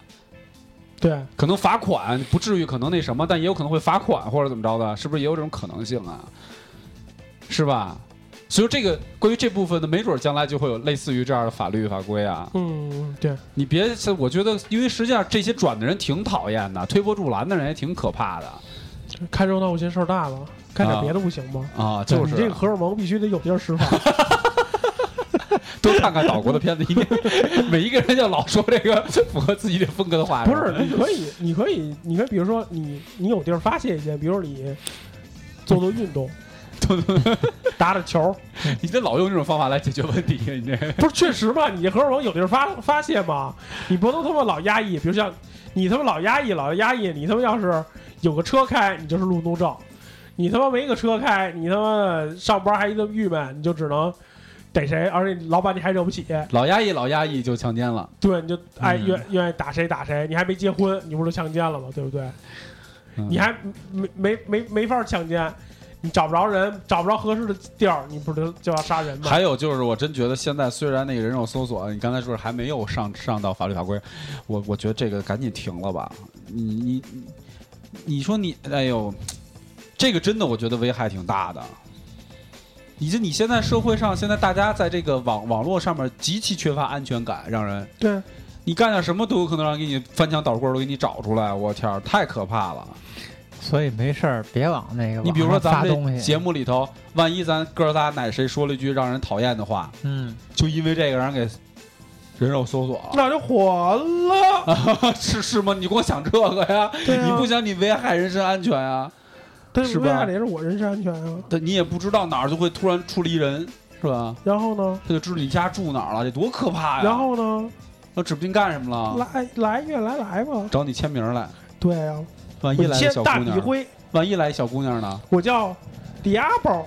Speaker 7: 对，
Speaker 9: 可能罚款不至于，可能那什么，但也有可能会罚款或者怎么着的，是不是也有这种可能性啊？是吧？所以这个关于这部分的，没准将来就会有类似于这样的法律法规啊。
Speaker 7: 嗯，对，
Speaker 9: 你别，我觉得，因为实际上这些转的人挺讨厌的，推波助澜的人也挺可怕的
Speaker 7: 看热闹不嫌事儿大嘛，干点别的不行吗？
Speaker 9: 啊。
Speaker 7: 对
Speaker 9: 就是
Speaker 7: 你这个荷尔蒙必须得有 地儿释放。
Speaker 9: 多看看岛国的片子， 应该每一个人就老说这个符合自己的风格的话，
Speaker 7: 哎不
Speaker 9: 吧
Speaker 7: 是，你可以，你可以，你可以，比如说你你有地儿发泄一些，比如你做 做运动，打打 球，
Speaker 9: 你这老用这种方法来解决问题，你这
Speaker 7: 不是确实嘛？你这荷尔蒙有地儿发发泄嘛？你不能他妈老压抑，比如像你他妈老压抑，老压抑，你他妈要是有个车开，你就是路怒症；你他妈没个车开，你他妈上班还那么郁闷，你就只能逮谁，而且老板你还惹不起，
Speaker 9: 老压抑老压抑就强奸了。
Speaker 7: 对，你就爱
Speaker 9: 嗯
Speaker 7: 愿愿意打谁打谁，你还没结婚，你不是强奸了吗？对不对？
Speaker 9: 嗯
Speaker 7: 你还没没没没法强奸，你找不着人，找不着合适的地儿，你不是就要杀人吗？
Speaker 9: 还有就是，我真觉得现在虽然那个人肉搜索，你刚才说还没有上上到法律法规，我我觉得这个赶紧停了吧。你你你你说你，哎呦，这个真的我觉得危害挺大的。你这你现在社会上现在大家在这个网网络上面极其缺乏安全感，让人
Speaker 7: 对，
Speaker 9: 你干点什么都有可能让给你翻墙倒柜儿都给你找出来，我天儿，太可怕了。
Speaker 8: 所以没事儿别往那个
Speaker 9: 你比如说
Speaker 8: 网上
Speaker 9: 咱
Speaker 8: 发
Speaker 9: 们
Speaker 8: 东
Speaker 9: 这
Speaker 8: 西
Speaker 9: 节，目里头，万一咱哥仨哪谁说了一句让人讨厌的话，
Speaker 8: 嗯，
Speaker 9: 就因为这个让人给人肉搜索了，
Speaker 7: 那就火了。
Speaker 9: 是是吗？你光想这个呀？
Speaker 7: 对啊
Speaker 9: 你不想你危害人身安全呀？
Speaker 7: 但
Speaker 9: 是
Speaker 7: 是
Speaker 9: 吧
Speaker 7: 危害的也是我人身安全啊。
Speaker 9: 但你也不知道哪儿就会突然出了一人，是吧？
Speaker 7: 然后呢？
Speaker 9: 他就知道你家住哪儿了，这多可哎怕呀！啊
Speaker 7: 然后呢？
Speaker 9: 那指不定干什么了，
Speaker 7: 来来愿来来吧。
Speaker 9: 找你签名来。
Speaker 7: 对呀、啊，
Speaker 9: 万一
Speaker 7: 我
Speaker 9: 来一
Speaker 7: 签
Speaker 9: 小姑
Speaker 7: 大笔
Speaker 9: 娘，
Speaker 7: 灰，
Speaker 9: 万一来一小姑娘呢？
Speaker 7: 我叫
Speaker 9: 啊
Speaker 7: Diablo，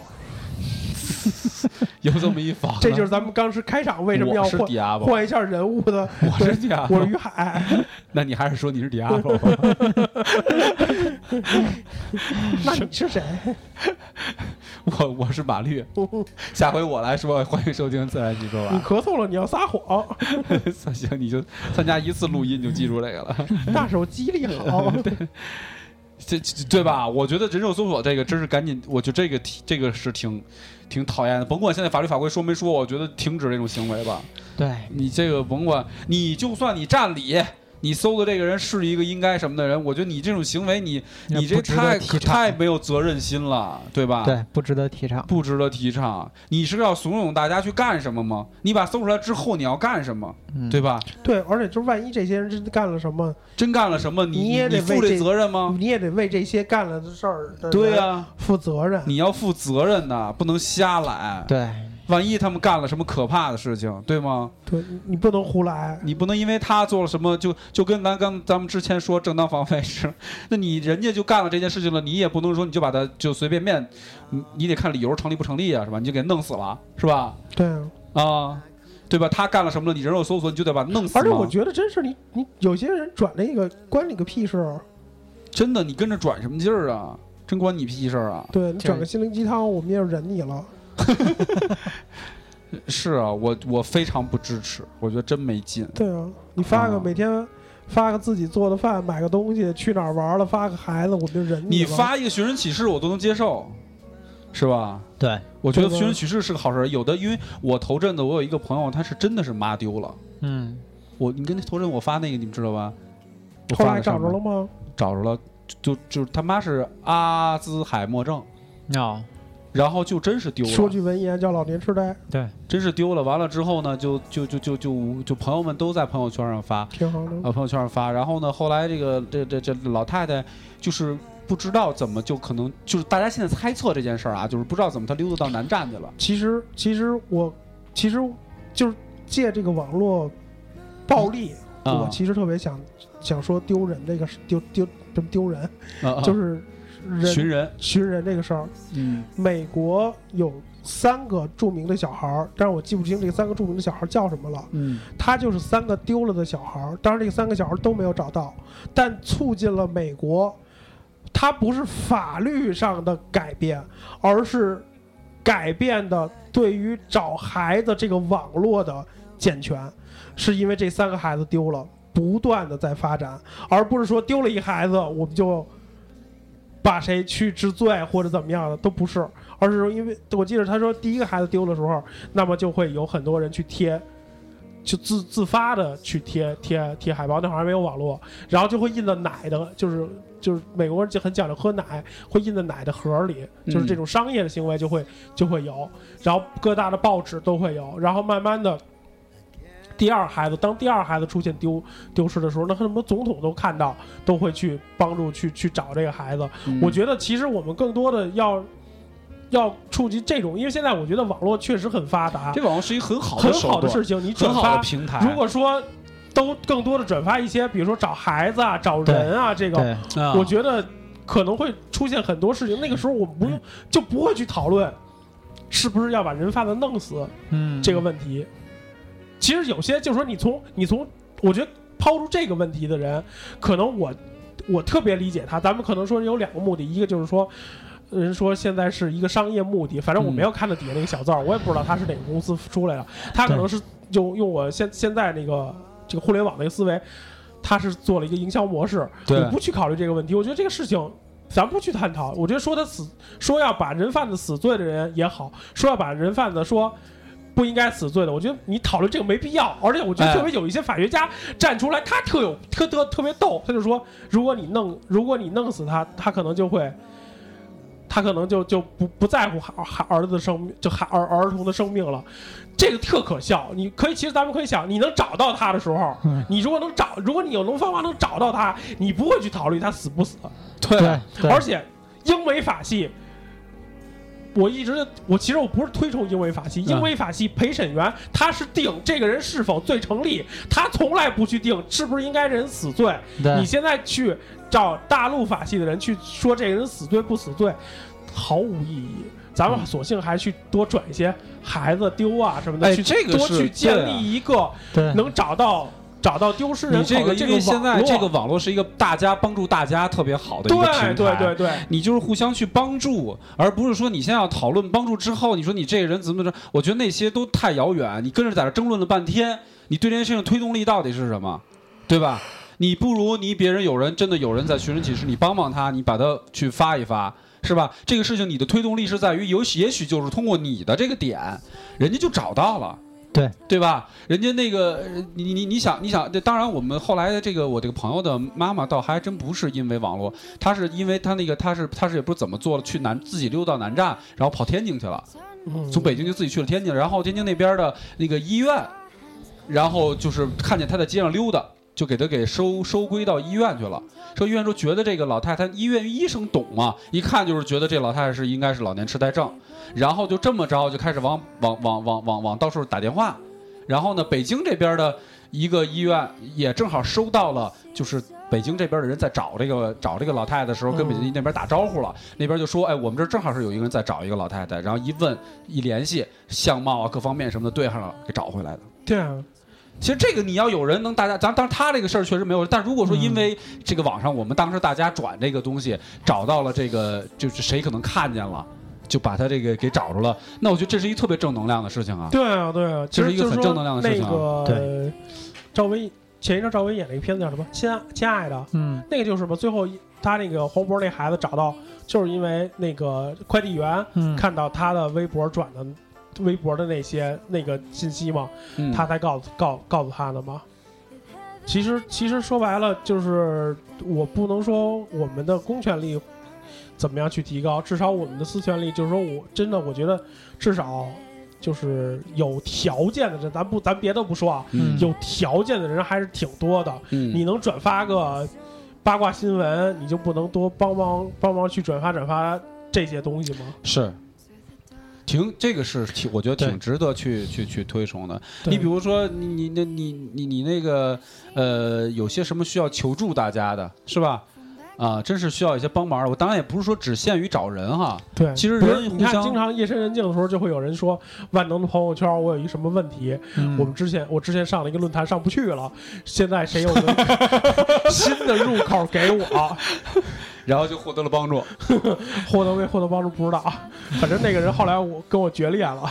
Speaker 9: 有这么一房呢，
Speaker 7: 这就是咱们当时开场为什么要
Speaker 9: 我是
Speaker 7: 换
Speaker 9: 迪亚吧？
Speaker 7: 换一下人物的。
Speaker 9: 我是迪亚
Speaker 7: 我是于海，
Speaker 9: 那你还是说你是迪亚吧？
Speaker 7: 那你是谁？
Speaker 9: 我我是马绿，下回我来说，欢迎收听自然吸收
Speaker 7: 你
Speaker 9: 吧。
Speaker 7: 咳嗽了，你要撒谎，
Speaker 9: 行，你就参加一次录音你就记住这个了，
Speaker 7: 那时候记忆力 好。
Speaker 9: 这这对吧？我觉得人肉搜索这个真是赶紧，我觉得这个挺这个是挺挺讨厌的。甭管现在法律法规说没说，我觉得停止这种行为吧。
Speaker 8: 对，
Speaker 9: 你这个甭管，你就算你占理。你搜的这个人是一个应该什么的人？我觉得你这种行为你，你
Speaker 8: 不
Speaker 9: 这
Speaker 8: 值得
Speaker 9: 太
Speaker 8: 提倡
Speaker 9: 太没有责任心了，对吧？
Speaker 8: 对，不值得提倡。
Speaker 9: 不值得提倡。你是要怂恿大家去干什么吗？你把搜出来之后你要干什么，
Speaker 8: 嗯
Speaker 9: 对吧？
Speaker 7: 对，而且就是万一这些人真的干了什么，
Speaker 9: 真干了什么，你
Speaker 7: 你也得
Speaker 9: 你负
Speaker 7: 为
Speaker 9: 这
Speaker 7: 这
Speaker 9: 责任吗？
Speaker 7: 你也得为这些干了的事儿的
Speaker 9: 嗯对呀、啊
Speaker 7: 人负责任。
Speaker 9: 你要负责任的，不能瞎来。
Speaker 8: 对，
Speaker 9: 万一他们干了什么可怕的事情，对吗？
Speaker 7: 对你你不能胡来，
Speaker 9: 你不能因为他做了什么就就跟咱刚咱们之前说正当防卫是， 那你人家就干了这件事情了，你也不能说你就把他就随便便，你你得看理由成立不成立啊，是吧？你就给弄死了，是吧？
Speaker 7: 对啊。
Speaker 9: 啊，对吧？他干了什么了？你人肉搜索，你就得把他弄死吗。
Speaker 7: 而且我觉得真是你你有些人转那个关你个屁事儿，
Speaker 9: 真的，你跟着转什么劲儿啊？真关你屁事儿啊！
Speaker 7: 对你
Speaker 8: 就是
Speaker 7: 转个心灵鸡汤，我们也忍你了。
Speaker 9: 是啊，我我非常不支持，我觉得真没劲。
Speaker 7: 对啊，你发个
Speaker 9: 啊
Speaker 7: 每天发个自己做的饭，买个东西，去哪儿玩了，发个孩子，我们就忍
Speaker 9: 你
Speaker 7: 了。
Speaker 9: 发一个寻人启事，我都能接受，是吧？
Speaker 8: 对，
Speaker 9: 我觉得
Speaker 7: 对吧
Speaker 9: 寻人启事是个好事儿。有的，因为我头阵子我有一个朋友，他是真的是妈丢了。
Speaker 8: 嗯，
Speaker 9: 我你跟头阵我发那个，你们知道吧？我
Speaker 7: 后
Speaker 9: 发
Speaker 7: 来
Speaker 9: 在上
Speaker 7: 找着
Speaker 9: 面
Speaker 7: 了，吗？
Speaker 9: 找着了，就就就是他妈是阿兹海默症，
Speaker 8: 哦，
Speaker 9: 然后就真是丢了。
Speaker 7: 说句文言叫老年痴呆，
Speaker 9: 真是丢了。完了之后呢，就就就就就就朋友们都在朋友圈上发，
Speaker 7: 挺好的。
Speaker 9: 呃，朋友圈上发。然后呢，后来这个这这这老太太就是不知道怎么就可能就是大家现在猜测这件事儿啊，就是不知道怎么她溜达到南站去了。
Speaker 7: 其实其实我其实就是借这个网络暴力，
Speaker 9: 啊
Speaker 7: 我其实特别想想说丢人这个事丢丢什么丢人，
Speaker 9: 啊
Speaker 7: 就是是人
Speaker 9: 寻人，
Speaker 7: 寻人这个事儿。
Speaker 9: 嗯
Speaker 7: 美国有三个著名的小孩儿，但是我记不清这三个著名的小孩儿叫什么了。
Speaker 9: 嗯，
Speaker 7: 他就是三个丢了的小孩儿，当然这三个小孩儿都没有找到，但促进了美国，它不是法律上的改变，而是改变的对于找孩子这个网络的健全，是因为这三个孩子丢了，不断的在发展，而不是说丢了一孩子我们就把谁去治罪或者怎么样的都不是，而是说因为我记得他说第一个孩子丢的时候，那么就会有很多人去贴。就自自发的去贴贴贴海报，那会儿还没有网络，然后就会印到奶的，就是就是美国人就很讲究喝奶，会印在奶的盒儿里，就是这种商业的行为就会就会有，然后各大的报纸都会有，然后慢慢的，第二孩子当第二孩子出现丢丢失的时候，那很多总统都看到，都会去帮助去去找这个孩子，
Speaker 9: 嗯
Speaker 7: 我觉得其实我们更多的要要触及这种，因为现在我觉得网络确实很发达，
Speaker 9: 这网络是一个很好
Speaker 7: 很
Speaker 9: 的手
Speaker 7: 好的
Speaker 9: 段，
Speaker 7: 事情，你转
Speaker 9: 很好
Speaker 7: 发
Speaker 9: 的，平台。
Speaker 7: 如果说都更多的转发一些，比如说找孩子啊、找人啊，这个
Speaker 8: 对，
Speaker 9: 啊
Speaker 7: 我觉得可能会出现很多事情。那个时候我们
Speaker 9: 嗯
Speaker 7: 不用就不会去讨论是不是要把人贩子弄死
Speaker 8: 嗯，
Speaker 7: 这个问题。其实有些就是说你从你从我觉得抛出这个问题的人，可能我我特别理解他。咱们可能说有两个目的，一个就是说。人说现在是一个商业目的，反正我没有看到底下那个小字儿，我也不知道他是哪个公司出来的。他可能是用用我现现在那个这个互联网那个思维，他是做了一个营销模式，
Speaker 9: 对
Speaker 7: 我不去考虑这个问题。我觉得这个事情，咱不去探讨。我觉得说他死，说要把人贩子死罪的人也好，说要把人贩子说不应该死罪的，我觉得你讨论这个没必要。而且我觉得
Speaker 9: 哎
Speaker 7: 特别有一些法学家站出来，他特有特特特别逗，他就说，如果你弄如果你弄死他，他可能就会。他可能就就不不在乎孩孩儿子的生命，就孩儿儿童的生命了，这个特可笑。你可以，其实咱们可以想，你能找到他的时候，
Speaker 8: 嗯
Speaker 7: 你如果能找，如果你有能方法能找到他，你不会去考虑他死不死。啊
Speaker 9: 对
Speaker 8: 对，对
Speaker 7: 而且英美法系，我一直我其实我不是推崇英美法系，
Speaker 9: 嗯
Speaker 7: 英美法系陪审员他是定这个人是否罪成立，他从来不去定是不是应该人死罪。
Speaker 8: 对
Speaker 7: 你现在去找大陆法系的人去说这个人死罪不死罪，毫无意义。咱们索性还去多转一些孩子丢啊什么的，
Speaker 9: 哎
Speaker 7: 去
Speaker 9: 这个
Speaker 7: 多
Speaker 9: 是
Speaker 7: 去
Speaker 9: 对
Speaker 7: 建
Speaker 9: 啊
Speaker 7: 立一个
Speaker 8: 对，
Speaker 7: 能找到找到丢失人
Speaker 9: 你
Speaker 7: 口
Speaker 9: 这
Speaker 7: 的
Speaker 9: 个，因
Speaker 7: 个
Speaker 9: 为现在
Speaker 7: 网
Speaker 9: 这
Speaker 7: 络
Speaker 9: 个网络是一个大家帮助大家特别好的一个平台，
Speaker 7: 对对对对，
Speaker 9: 你就是互相去帮助，而不是说你先要讨论帮助之后，你说你这个人怎么怎么着，我觉得那些都太遥远。你跟着在这争论了半天，你对这件事情推动力到底是什么，对吧？你不如你别人有人真的有人在寻人启事，你帮帮他，你把他去发一发，是吧？这个事情你的推动力是在于有也许就是通过你的这个点，人家就找到了。
Speaker 8: 对
Speaker 9: 对吧？人家那个呃你你你想你想，这当然我们后来的这个我这个朋友的妈妈倒还真不是因为网络，她是因为她那个她是她是也不知道怎么做了，去南自己溜到南站，然后跑天津去了，
Speaker 7: 嗯
Speaker 9: 从北京就自己去了天津，然后天津那边的那个医院，然后就是看见她在街上溜达，就给他给收收归到医院去了。说医院说觉得这个老太太，医院医生懂嘛，一看就是觉得这老太太是应该是老年痴呆症，然后就这么着就开始往往往往往往到处打电话，然后呢，北京这边的一个医院也正好收到了，就是北京这边的人在找这个找这个老太太的时候，跟北京那边打招呼了，那边就说，哎，我们这儿正好是有一个人在找一个老太太，然后一问一联系，相貌啊各方面什么的对上了，给找回来的。
Speaker 7: 对啊，
Speaker 9: 其实这个你要有人能大家，咱当然他这个事儿确实没有，但如果说因为这个网上我们当时大家转这个东西，找到了这个就是谁可能看见了，就把他这个给找着了，那我觉得这是一特别正能量的事情啊。
Speaker 7: 对啊，对啊，其
Speaker 9: 这
Speaker 7: 实
Speaker 9: 是一个
Speaker 7: 就是
Speaker 9: 很
Speaker 7: 说
Speaker 9: 正能量的事情啊
Speaker 7: 那个赵薇前一阵赵薇演了一个片子叫什么《亲爱亲爱的》，
Speaker 8: 嗯，
Speaker 7: 那个就是嘛，最后一他那个黄渤那孩子找到，就是因为那个快递员
Speaker 8: 嗯
Speaker 7: 看到他的微博转的。微博的那些那个信息嘛，
Speaker 9: 嗯
Speaker 7: 他才告诉告告诉他的嘛。其实其实说白了，就是我不能说我们的公权力怎么样去提高，至少我们的私权力，就是说我真的我觉得至少就是有条件的人，咱不咱别的不说啊，
Speaker 9: 嗯
Speaker 7: 有条件的人还是挺多的。
Speaker 9: 嗯
Speaker 7: 你能转发个八卦新闻，你就不能多帮忙帮忙去转发转发这些东西吗？
Speaker 9: 是。挺，这个是挺，我觉得
Speaker 7: 对
Speaker 9: 挺值得去去去推崇的。
Speaker 7: 对
Speaker 9: 你比如说，你你那你你你那个，呃，有些什么需要求助大家的，是吧？啊，真是需要一些帮忙的。我当然也不是说只限于找人哈，
Speaker 7: 对，
Speaker 9: 其实
Speaker 7: 不是
Speaker 9: 人
Speaker 7: 你
Speaker 9: 互
Speaker 7: 看，
Speaker 9: 相
Speaker 7: 经常夜深人静的时候，就会有人说万能的朋友圈，我有一什么问题，
Speaker 8: 嗯
Speaker 9: 嗯
Speaker 7: 我们之前我之前上了一个论坛上不去了，现在谁有个 新的入口给我，
Speaker 9: 然后就获得了帮助。
Speaker 7: 获得没获得帮助不知道啊，反正那个人后来我跟我决裂了，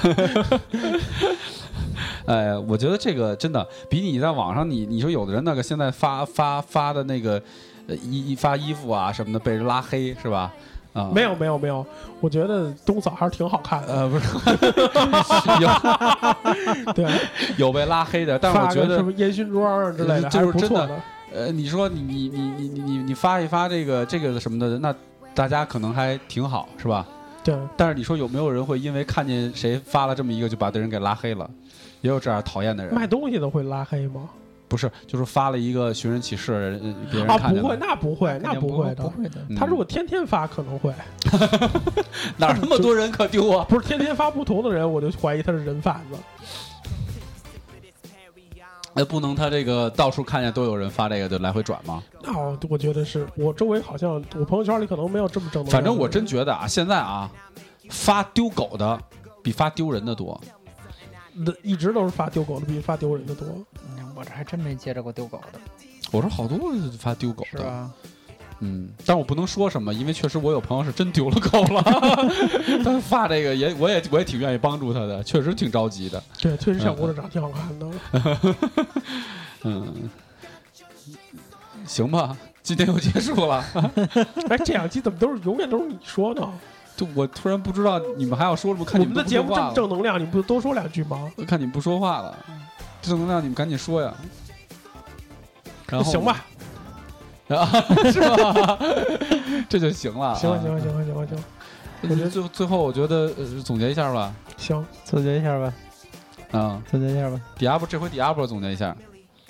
Speaker 9: 哎，我觉得这个真的比你在网上你你说有的人那个现在发发发的那个呃衣发衣服啊什么的被人拉黑是吧？啊、
Speaker 7: 没有没有没有，我觉得冬嫂还是挺好看的，
Speaker 9: 呃不是 有
Speaker 7: 对，
Speaker 9: 有被拉黑嗯 的，但是我
Speaker 7: 发
Speaker 9: 觉
Speaker 7: 个什
Speaker 9: 得嗯
Speaker 7: 么烟熏妆啊之类的，
Speaker 9: 就是
Speaker 7: 还不错
Speaker 9: 真的。呃你说你你你你你你你发一发这个这个什么的，那大家可能还挺好是吧？
Speaker 7: 对，
Speaker 9: 但是你说有没有人会因为看见谁发了这么一个就把这人给拉黑了？也有这样讨厌的人，
Speaker 7: 卖东西的会拉黑吗？
Speaker 9: 不是，就是发了一个寻人启事，人呃别人
Speaker 7: 啊，
Speaker 9: 看见
Speaker 7: 不
Speaker 9: 了
Speaker 7: 会，那不会，那不会的。
Speaker 8: 会的，
Speaker 9: 嗯
Speaker 7: 他如果天天发可能会，
Speaker 9: 哪儿那么多人可丢啊？
Speaker 7: 不是天天发不同的人，我就怀疑他是人贩子。
Speaker 9: 那不能他这个到处看见都有人发这个就来回转吗？
Speaker 7: 那我我觉得是我周围好像我朋友圈里可能没有这么正能量。
Speaker 9: 反正我真觉得啊，现在啊，发丢狗的比发丢人的多。
Speaker 7: 那一直都是发丢狗的比发丢人的多。
Speaker 8: 嗯我这还真没接着过丢狗的，
Speaker 9: 我说好多发丢狗
Speaker 8: 是
Speaker 9: 的，
Speaker 8: 吧？
Speaker 9: 嗯，但我不能说什么，因为确实我有朋友是真丢了狗了， 他发这个也我也我也挺愿意帮助他的，确实挺着急的，
Speaker 7: 对，确实小姑娘长啊挺好看 的。
Speaker 9: 嗯，行吧，今天就结束了。
Speaker 7: 哎，这两期怎么都是永远都是你说呢？
Speaker 9: 就我突然不知道你们还要说什么，看
Speaker 7: 我
Speaker 9: 你
Speaker 7: 们
Speaker 9: 都
Speaker 7: 的
Speaker 9: 不
Speaker 7: 节
Speaker 9: 说
Speaker 7: 目
Speaker 9: 话
Speaker 7: 这么
Speaker 9: 了
Speaker 7: 正能量，你不多说两句吗？
Speaker 9: 我看你不说话了，正能量你们赶紧说呀。然
Speaker 7: 那
Speaker 9: 后
Speaker 7: 行，吧，
Speaker 9: 啊，是吧？这就行了。
Speaker 7: 行了，行了，行了，行了，行了，
Speaker 9: 我觉得最最后，我觉得呃总结一下吧。
Speaker 7: 行。
Speaker 8: 总结一下吧，
Speaker 9: 啊，
Speaker 8: 总结一下吧。
Speaker 9: 迪亚布这回迪亚布总结一下，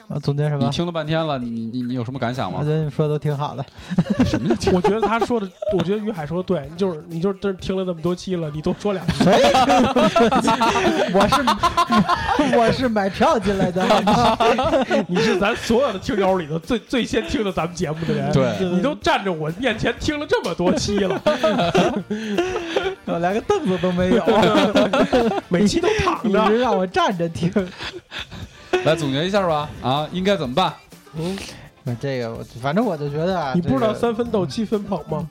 Speaker 8: 啊，总结什
Speaker 9: 你
Speaker 8: 么？
Speaker 9: 听了半天了，你你你有什么感想
Speaker 8: 我
Speaker 9: 吗
Speaker 8: 觉？得你说的都挺好的。
Speaker 9: 什么叫听？
Speaker 7: 我觉得他说的，我觉得于海说的对，就是你就是真是听了那么多期了，你多说两句。
Speaker 8: 我是 我是买票进来的，
Speaker 7: 你是咱所有的听友里头最最先听的咱们节目的人，
Speaker 9: 对
Speaker 7: 你都站着我面前听了这么多期了，
Speaker 8: 我连个凳子都 没有，
Speaker 7: 每期都躺
Speaker 8: 一
Speaker 7: 着。
Speaker 8: 直让我站着 听。
Speaker 9: 来总结一下吧。啊，应该怎么办？
Speaker 8: 那这个我反正我就觉得啊，
Speaker 7: 你不知道
Speaker 8: 这个
Speaker 7: 三分斗七分捧吗？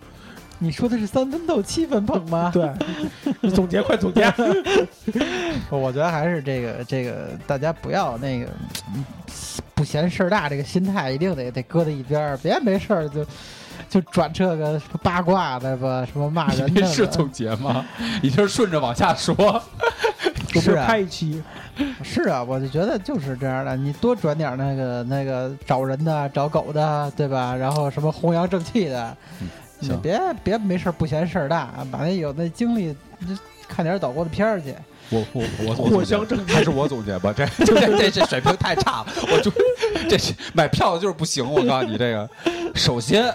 Speaker 8: 你说的是三分斗七分捧吗？
Speaker 7: 对，你 总结快总 结。啊
Speaker 8: 我觉得还是这个这个，大家不要那个嗯不嫌事儿大，这个心态一定得得搁在一边儿，别没事儿就就转这个什么八卦的吧，什么骂人
Speaker 9: 你
Speaker 8: 的
Speaker 9: 这
Speaker 8: 吧。
Speaker 9: 是总结吗？你这是顺着往下说。
Speaker 7: 我
Speaker 8: 是
Speaker 7: 们
Speaker 8: 啊
Speaker 7: 拍一期，
Speaker 8: 是啊，我就觉得就是这样的，你多转点儿啊那个那个找人的、找狗的，对吧？然后什么弘扬正气的，你
Speaker 9: 行
Speaker 8: 别别没事儿不嫌事儿大，把那有那精力你就看点儿岛国的片儿去。
Speaker 9: 我我我我
Speaker 7: 藿
Speaker 9: 总
Speaker 7: 香
Speaker 9: 结
Speaker 7: 正
Speaker 9: 还是我总结吧，这这这这水平太差了，我就这是买票的就是不行，我告诉你这个，首先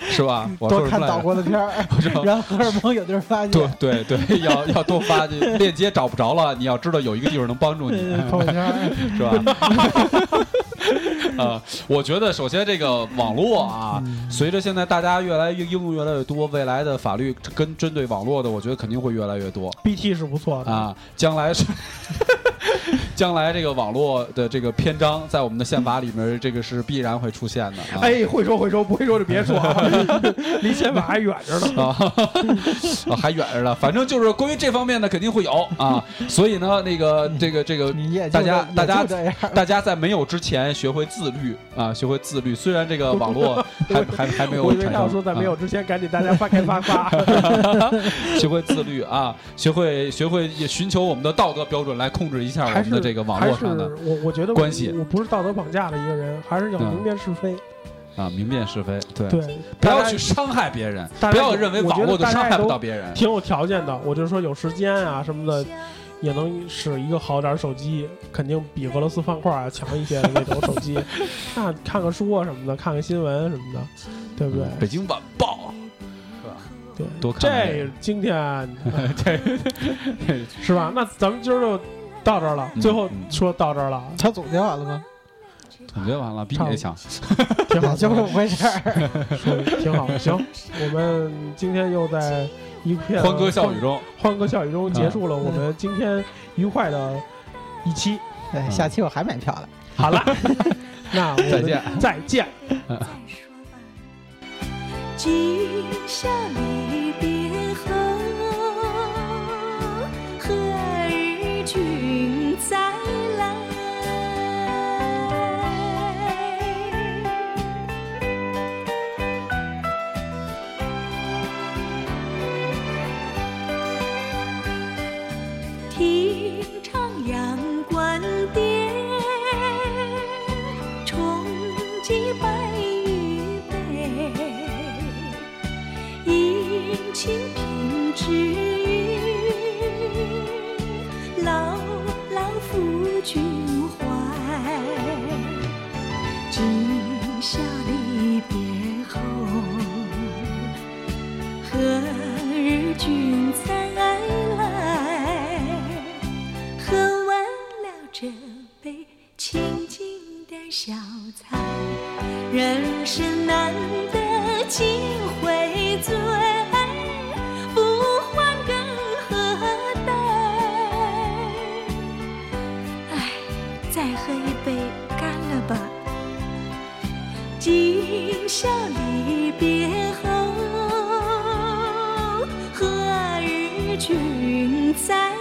Speaker 9: 是吧，我
Speaker 8: 多
Speaker 9: 说什么
Speaker 8: 看
Speaker 9: 来着
Speaker 8: 岛国的片儿，
Speaker 9: 我说
Speaker 8: 然后荷尔蒙有地儿发
Speaker 9: 对
Speaker 8: 泄。
Speaker 9: 对对，要要多发这链接找不着了，你要知道有一个地方能帮助你，
Speaker 8: 嗯朋友圈儿，
Speaker 9: 是吧？ 啊，我觉得首先这个网络啊，随着现在大家越来越应用越来越多，未来的法律跟针对网络的，我觉得肯定会越来越多。
Speaker 7: BT 是不错的，
Speaker 9: 啊，将来是。 将来这个网络的这个篇章，在我们的宪法里面，这个是必然会出现的。啊、
Speaker 7: 哎，会说会说，不会说就别说 啊，离宪法还远着呢。
Speaker 9: 啊，啊还远着呢，反正就是关于这方面呢，肯定会有啊。所以呢，那个这个这个
Speaker 8: 你也就
Speaker 9: 大家
Speaker 8: 这也
Speaker 9: 大家
Speaker 8: 就这样。
Speaker 9: 大家在没有之前学会自律啊，学会自律。虽然这个网 络还还还 没有
Speaker 7: 我以为
Speaker 9: 产
Speaker 7: 他
Speaker 9: 生
Speaker 7: 要，说在没
Speaker 9: 啊
Speaker 7: 有之前，赶紧大家发开发 发。
Speaker 9: 学会自律啊，学会学会也寻求我们的道德标准来控制一下我
Speaker 7: 还
Speaker 9: 们
Speaker 7: 是
Speaker 9: 的这个网络上的
Speaker 7: 还是我我觉得我
Speaker 9: 关系
Speaker 7: 我不是道德绑架的一个人，还是要
Speaker 9: 嗯
Speaker 7: 明辨是非。
Speaker 9: 啊，明辨是非。对，
Speaker 7: 对，
Speaker 9: 不
Speaker 7: 大
Speaker 9: 要
Speaker 7: 家
Speaker 9: 去伤害别人，
Speaker 7: 大家
Speaker 9: 不要认为网络
Speaker 7: 我觉
Speaker 9: 就
Speaker 7: 得大家
Speaker 9: 伤害不
Speaker 7: 都
Speaker 9: 到别人。
Speaker 7: 挺有条件的。我就说有时间啊什么的，也能使一个好点儿手机，肯定比俄罗斯方块啊强一些的那种手机。那看看书啊什么的，看看新闻什么的，对不对？
Speaker 9: 嗯北京晚报
Speaker 7: 对，
Speaker 9: 多看看这
Speaker 7: 这
Speaker 9: 个
Speaker 7: 今天 是吧？那咱们今儿就到这儿了，
Speaker 9: 嗯
Speaker 7: 最后
Speaker 9: 嗯
Speaker 7: 说到这儿了，
Speaker 8: 他总结完了吗？
Speaker 9: 总结完了，比
Speaker 7: 差不多
Speaker 9: 你这强。
Speaker 7: 挺好，
Speaker 8: 就是五回事儿。
Speaker 7: 说得 挺好。行，我们今天又在一片
Speaker 9: 欢歌笑语嗯中，
Speaker 7: 欢歌笑语中结束了我们今天愉快的一期。
Speaker 8: 对，下期我还买票了。
Speaker 7: 好 了，那我们
Speaker 9: 再见，
Speaker 7: 再见。
Speaker 6: 记下离别后，何日君再来？听徜阳关店，重寄白玉杯，饮清平之语，牢牢抚君怀。今宵离别后，何日君再来？喝完了这杯清静的小菜，人生难得今回醉，不欢更何待？哎，再喝一杯，干了吧！今宵离别后，何日君再